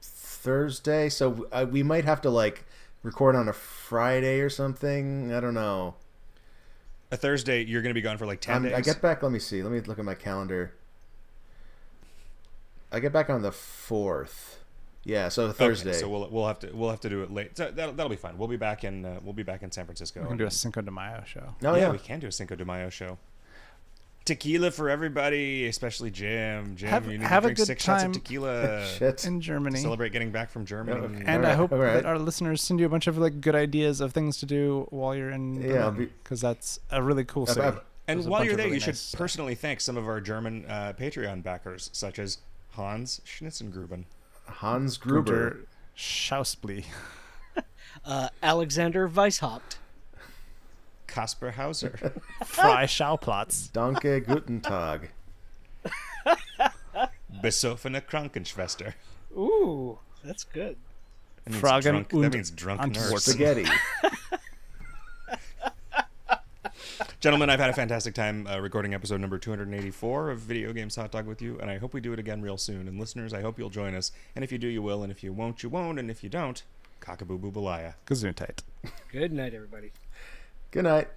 Speaker 3: Thursday, so uh, we might have to like record on a Friday or something. I don't know.
Speaker 1: A Thursday, you're gonna be gone for like 10
Speaker 4: Um,
Speaker 3: I'm-
Speaker 1: days.
Speaker 3: I get back. Let me see. Let me look at my calendar. I get back on the fourth. Yeah, so
Speaker 1: Okay,
Speaker 3: Thursday.
Speaker 1: so we'll we'll have to we'll have to do it late. So that'll, that'll be fine. We'll be back in uh, we'll be back in San Francisco.
Speaker 4: We're gonna do a Cinco de Mayo show.
Speaker 3: oh
Speaker 1: yeah,
Speaker 3: yeah,
Speaker 1: we can do a Cinco de Mayo show. Tequila for everybody, especially Jim. Jim,
Speaker 4: Have-
Speaker 1: you need
Speaker 4: have a
Speaker 1: to drink
Speaker 4: good
Speaker 1: six shots
Speaker 4: time.
Speaker 1: of tequila
Speaker 3: shit.
Speaker 4: in
Speaker 1: to
Speaker 4: Germany.
Speaker 1: celebrate getting back from Germany.
Speaker 3: Okay.
Speaker 4: And I
Speaker 3: Alright,
Speaker 4: hope
Speaker 3: alright.
Speaker 4: that our listeners send you a bunch of like good ideas of things to do while you're in
Speaker 3: Yeah, I'll be-
Speaker 4: because that's a really cool
Speaker 3: I've-
Speaker 4: city.
Speaker 3: I've-
Speaker 1: And
Speaker 4: There's a
Speaker 1: while
Speaker 4: bunch
Speaker 1: you're
Speaker 4: of
Speaker 1: there,
Speaker 4: really
Speaker 1: you should
Speaker 4: nice stuff.
Speaker 1: personally thank some of our German uh, Patreon backers, such as Hans Schnitzengruben.
Speaker 3: Hans Gruber.
Speaker 4: Gunter Schausbly.
Speaker 2: Uh, Alexander Weishaupt.
Speaker 1: Kasper Hauser.
Speaker 4: Fry Schauplatz.
Speaker 3: Danke guten Tag.
Speaker 1: Besoffene Krankenschwester.
Speaker 2: Ooh, that's good.
Speaker 1: That means
Speaker 4: Fragen
Speaker 1: drunk,
Speaker 4: und
Speaker 1: that means drunk
Speaker 4: Antworten.
Speaker 1: nurse.
Speaker 3: Spaghetti.
Speaker 1: Gentlemen, I've had a fantastic time uh, recording episode number 284 of Video Games Hot Dog with you, and I hope we do it again real soon. And listeners, I hope you'll join us. And if you do, you will. And if you won't, you won't. And if you don't, cockaboo boobalaya.
Speaker 4: Gesundheit.
Speaker 2: Good night, everybody.
Speaker 3: Good night.